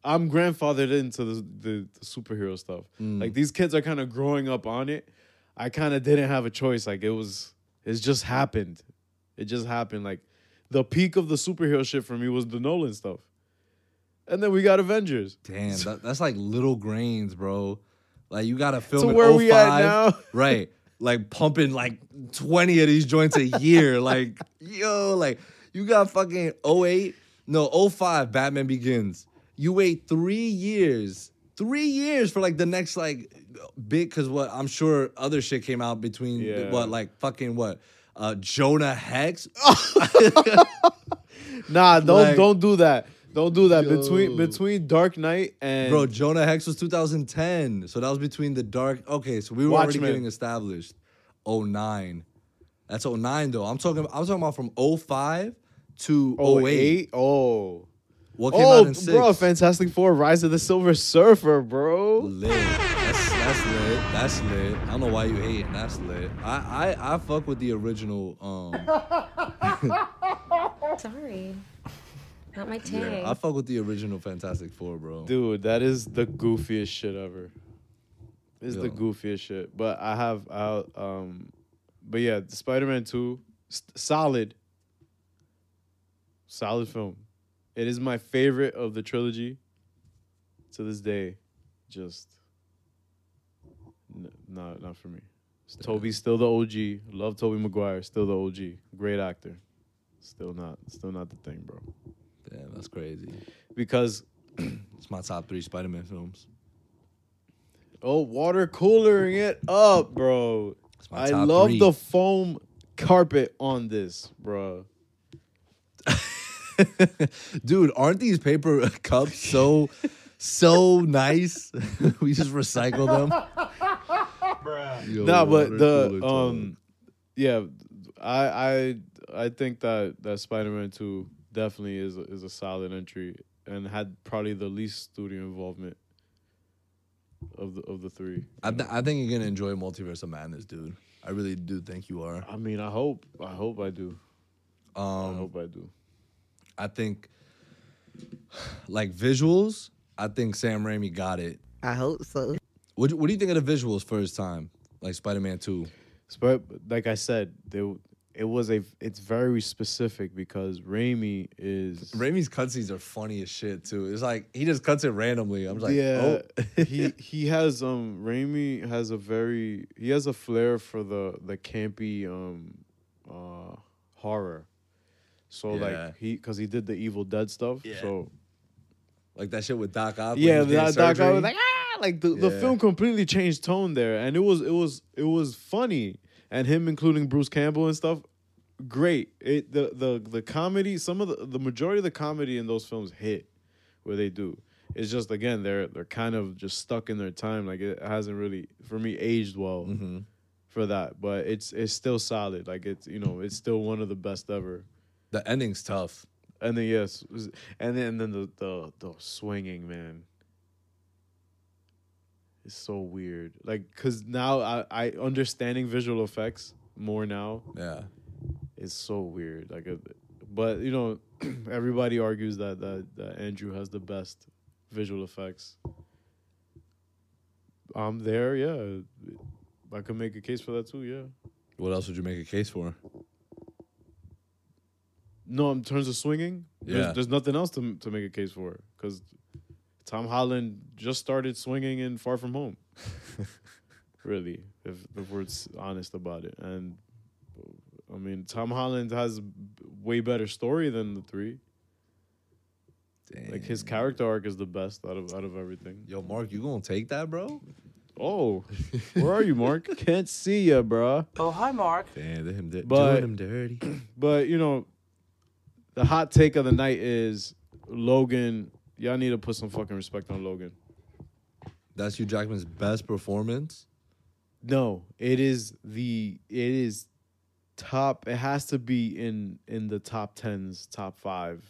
[SPEAKER 4] I'm grandfathered into the the, the superhero stuff.
[SPEAKER 2] Mm.
[SPEAKER 4] Like these kids are kind of growing up on it. I kind of didn't have a choice. Like it was it's just happened. It just happened. Like the peak of the superhero shit for me was the Nolan stuff. And then we got Avengers.
[SPEAKER 2] Damn, that, that's like little grains, bro. Like you gotta film.
[SPEAKER 4] So
[SPEAKER 2] in
[SPEAKER 4] where we at
[SPEAKER 2] 05,
[SPEAKER 4] now?
[SPEAKER 2] Right. Like pumping like 20 of these joints a year. like, yo, like you got fucking 08, no, 05, Batman begins. You wait three years. Three years for like the next like big cause what I'm sure other shit came out between
[SPEAKER 4] Yeah.
[SPEAKER 2] what like fucking what? Uh Jonah Hex.
[SPEAKER 4] Nah, don't
[SPEAKER 2] Like-
[SPEAKER 4] don't do that. Don't do that. Between
[SPEAKER 2] Yo.
[SPEAKER 4] between Dark Knight and
[SPEAKER 2] Bro, Jonah Hex was 2010. So that was between the dark. Okay, so we were
[SPEAKER 4] Watchmen.
[SPEAKER 2] already getting established. 09. That's 09 though. I'm talking I was talking about from 05 to 08.
[SPEAKER 4] 08? Oh.
[SPEAKER 2] What Oh, came out
[SPEAKER 4] Oh,
[SPEAKER 2] in 6?
[SPEAKER 4] bro, Fantastic Four, Rise of the Silver Surfer, bro.
[SPEAKER 2] lit. That's, that's lit. That's lit. I don't know why you hating. That's lit. I I, I fuck with the original um
[SPEAKER 1] Sorry. Not my tag.
[SPEAKER 2] yeah, I fuck with the original Fantastic 4, bro.
[SPEAKER 4] Dude, that is the goofiest shit ever. It's the
[SPEAKER 2] Yo.
[SPEAKER 4] goofiest shit. But I have I um but yeah, Spider-Man 2 s- solid solid film. It is my favorite of the trilogy to this day. Just n- not not for me. S- Toby's still the OG. Love Toby Maguire, still the OG. Great actor. Still not still not the thing, bro.
[SPEAKER 2] Damn, that's crazy.
[SPEAKER 4] Because
[SPEAKER 2] It's my top 3 Spider-Man films.
[SPEAKER 4] Oh, water coolering it up, bro.
[SPEAKER 2] It's my
[SPEAKER 4] I
[SPEAKER 2] top
[SPEAKER 4] love
[SPEAKER 2] three.
[SPEAKER 4] the foam carpet on this, bro.
[SPEAKER 2] Dude, aren't these paper cups so so nice? we just recycle them.
[SPEAKER 7] Bruh.
[SPEAKER 2] Yo,
[SPEAKER 4] nah, but
[SPEAKER 2] water
[SPEAKER 4] the
[SPEAKER 2] cooler
[SPEAKER 4] um, yeah, I I I think that that Spider-Man Two definitely is is a solid entry and had probably the least studio involvement of the of the three.
[SPEAKER 2] toilet. I, th- I think you're gonna enjoy Multiverse of Madness, dude. I really do think you are.
[SPEAKER 4] I mean, I hope I hope I do. I
[SPEAKER 2] Um,
[SPEAKER 4] hope I do.
[SPEAKER 2] I think like visuals. I think Sam Raimi got it.
[SPEAKER 8] I hope so.
[SPEAKER 2] What, do- what do you think of the visuals first time? Like Spider-Man Two.
[SPEAKER 4] But like I said, they, it was a it's very specific because Raimi is
[SPEAKER 2] Raimi's cutscenes are funny as shit too. It's like he just cuts it randomly. I'm like,
[SPEAKER 4] yeah,
[SPEAKER 2] oh,
[SPEAKER 4] he he has um Raimi has a very he has a flair for the the campy um uh horror. So
[SPEAKER 2] Yeah.
[SPEAKER 4] like he because he did the Evil Dead stuff. So
[SPEAKER 2] like that shit with Doc Ock. when he
[SPEAKER 4] yeah,
[SPEAKER 2] was getting
[SPEAKER 4] that doc I
[SPEAKER 2] surgery.
[SPEAKER 4] was like ah like the, the
[SPEAKER 2] Yeah.
[SPEAKER 4] film completely changed tone there, and it was it was it was funny, and him including Bruce Campbell and stuff. Great. It the the the comedy. Some of the the majority of the comedy in those films hit where they do. It's just again they're they're kind of just stuck in their time. Like it hasn't really for me aged well
[SPEAKER 2] Mhm.
[SPEAKER 4] for that, but it's it's still solid. Like it's you know it's still one of the best ever.
[SPEAKER 2] the ending's tough.
[SPEAKER 4] And then yes, and then and then the the the swinging man. It's so weird, like because now I I understanding visual effects more now.
[SPEAKER 2] Yeah.
[SPEAKER 4] It's so weird, like, uh, but you know, everybody argues that that that Andrew has the best visual effects. I'm there, yeah. I could make a case for that too, yeah.
[SPEAKER 2] What else would you make a case for?
[SPEAKER 4] No, in terms of swinging,
[SPEAKER 2] Yeah.
[SPEAKER 4] there's, there's nothing else to to make a case for because Tom Holland just started swinging in Far From Home. really, if, if we're s- honest about it, and I mean Tom Holland has b- way better story than the three. Like his character arc is the best out of out of everything.
[SPEAKER 2] Yo, Mark, you gonna take that, bro?
[SPEAKER 4] Oh, where are you, Mark? Can't see ya, bruh.
[SPEAKER 3] Oh, hi, Mark.
[SPEAKER 2] Damn, they him di-
[SPEAKER 4] But-
[SPEAKER 2] doing him dirty.
[SPEAKER 4] But you know, the hot take of the night is Logan. Y'all need to put some fucking respect on Logan.
[SPEAKER 2] That's Hugh Jackman's best performance.
[SPEAKER 4] No, it is the it is top. It has to be in in the top tens, top five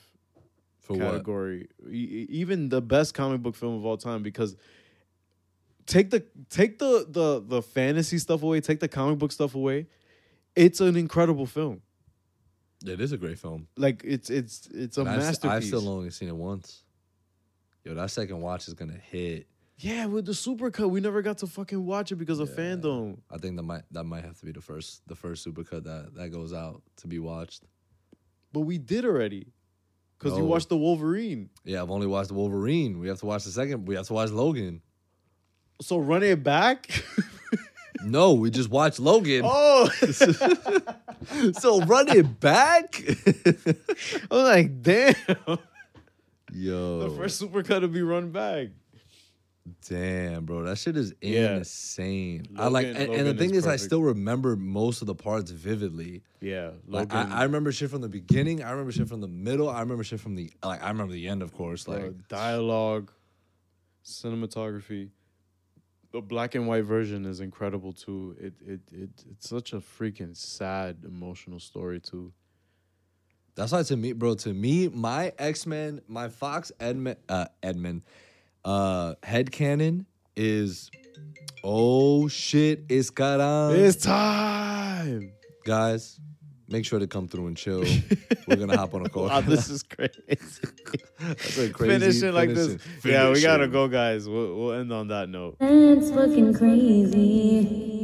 [SPEAKER 2] For what?
[SPEAKER 4] category. E- e- even the best comic book film of all time because take the take the the the fantasy stuff away, take the comic book stuff away. It's an incredible film.
[SPEAKER 2] It is a great film.
[SPEAKER 4] Like it's it's it's a
[SPEAKER 2] I've s-
[SPEAKER 4] masterpiece.
[SPEAKER 2] I've still only seen it once. Yo, that second watch is gonna hit.
[SPEAKER 4] Yeah, with the supercut, we never got to fucking watch it because of fandom.
[SPEAKER 2] I think that might that might have to be the first the first supercut that that goes out to be watched.
[SPEAKER 4] But we did already. Because you
[SPEAKER 2] No.
[SPEAKER 4] watched the Wolverine.
[SPEAKER 2] Yeah, I've only watched Wolverine. We have to watch the second. We have to watch Logan.
[SPEAKER 4] So run it back.
[SPEAKER 2] No, we just watched Logan.
[SPEAKER 4] oh,
[SPEAKER 2] So run it back.
[SPEAKER 4] I'm like, damn.
[SPEAKER 2] Oh. Yo,
[SPEAKER 4] The first supercut will be run back.
[SPEAKER 2] Damn, bro, that shit is
[SPEAKER 4] Yeah.
[SPEAKER 2] insane. I like, and,
[SPEAKER 4] Logan-
[SPEAKER 2] and the
[SPEAKER 4] Logan
[SPEAKER 2] thing
[SPEAKER 4] is
[SPEAKER 2] is, I
[SPEAKER 4] perfect.
[SPEAKER 2] still remember most of the parts vividly.
[SPEAKER 4] Yeah,
[SPEAKER 2] Like, I, I remember shit from the beginning. I remember shit from the middle. I remember shit from the like. I remember the end, of course. Like,
[SPEAKER 4] uh, dialogue, cinematography. The black and white version is incredible too. It it it it's such a freaking sad emotional story too.
[SPEAKER 2] That's why to me, bro, to me, my X-Men, my Fox Edmund uh Edmund uh headcanon is oh shit, it's got on.
[SPEAKER 4] It's time.
[SPEAKER 2] Guys, make sure to come through and chill. We're gonna hop on a call.
[SPEAKER 4] Wow, this is crazy.
[SPEAKER 2] That's a crazy
[SPEAKER 4] Finish it like this.
[SPEAKER 2] finishing.
[SPEAKER 4] Yeah, we
[SPEAKER 2] Finish
[SPEAKER 4] gotta
[SPEAKER 2] it.
[SPEAKER 4] go, guys. We'll, we'll end on that note.
[SPEAKER 9] That's fucking crazy.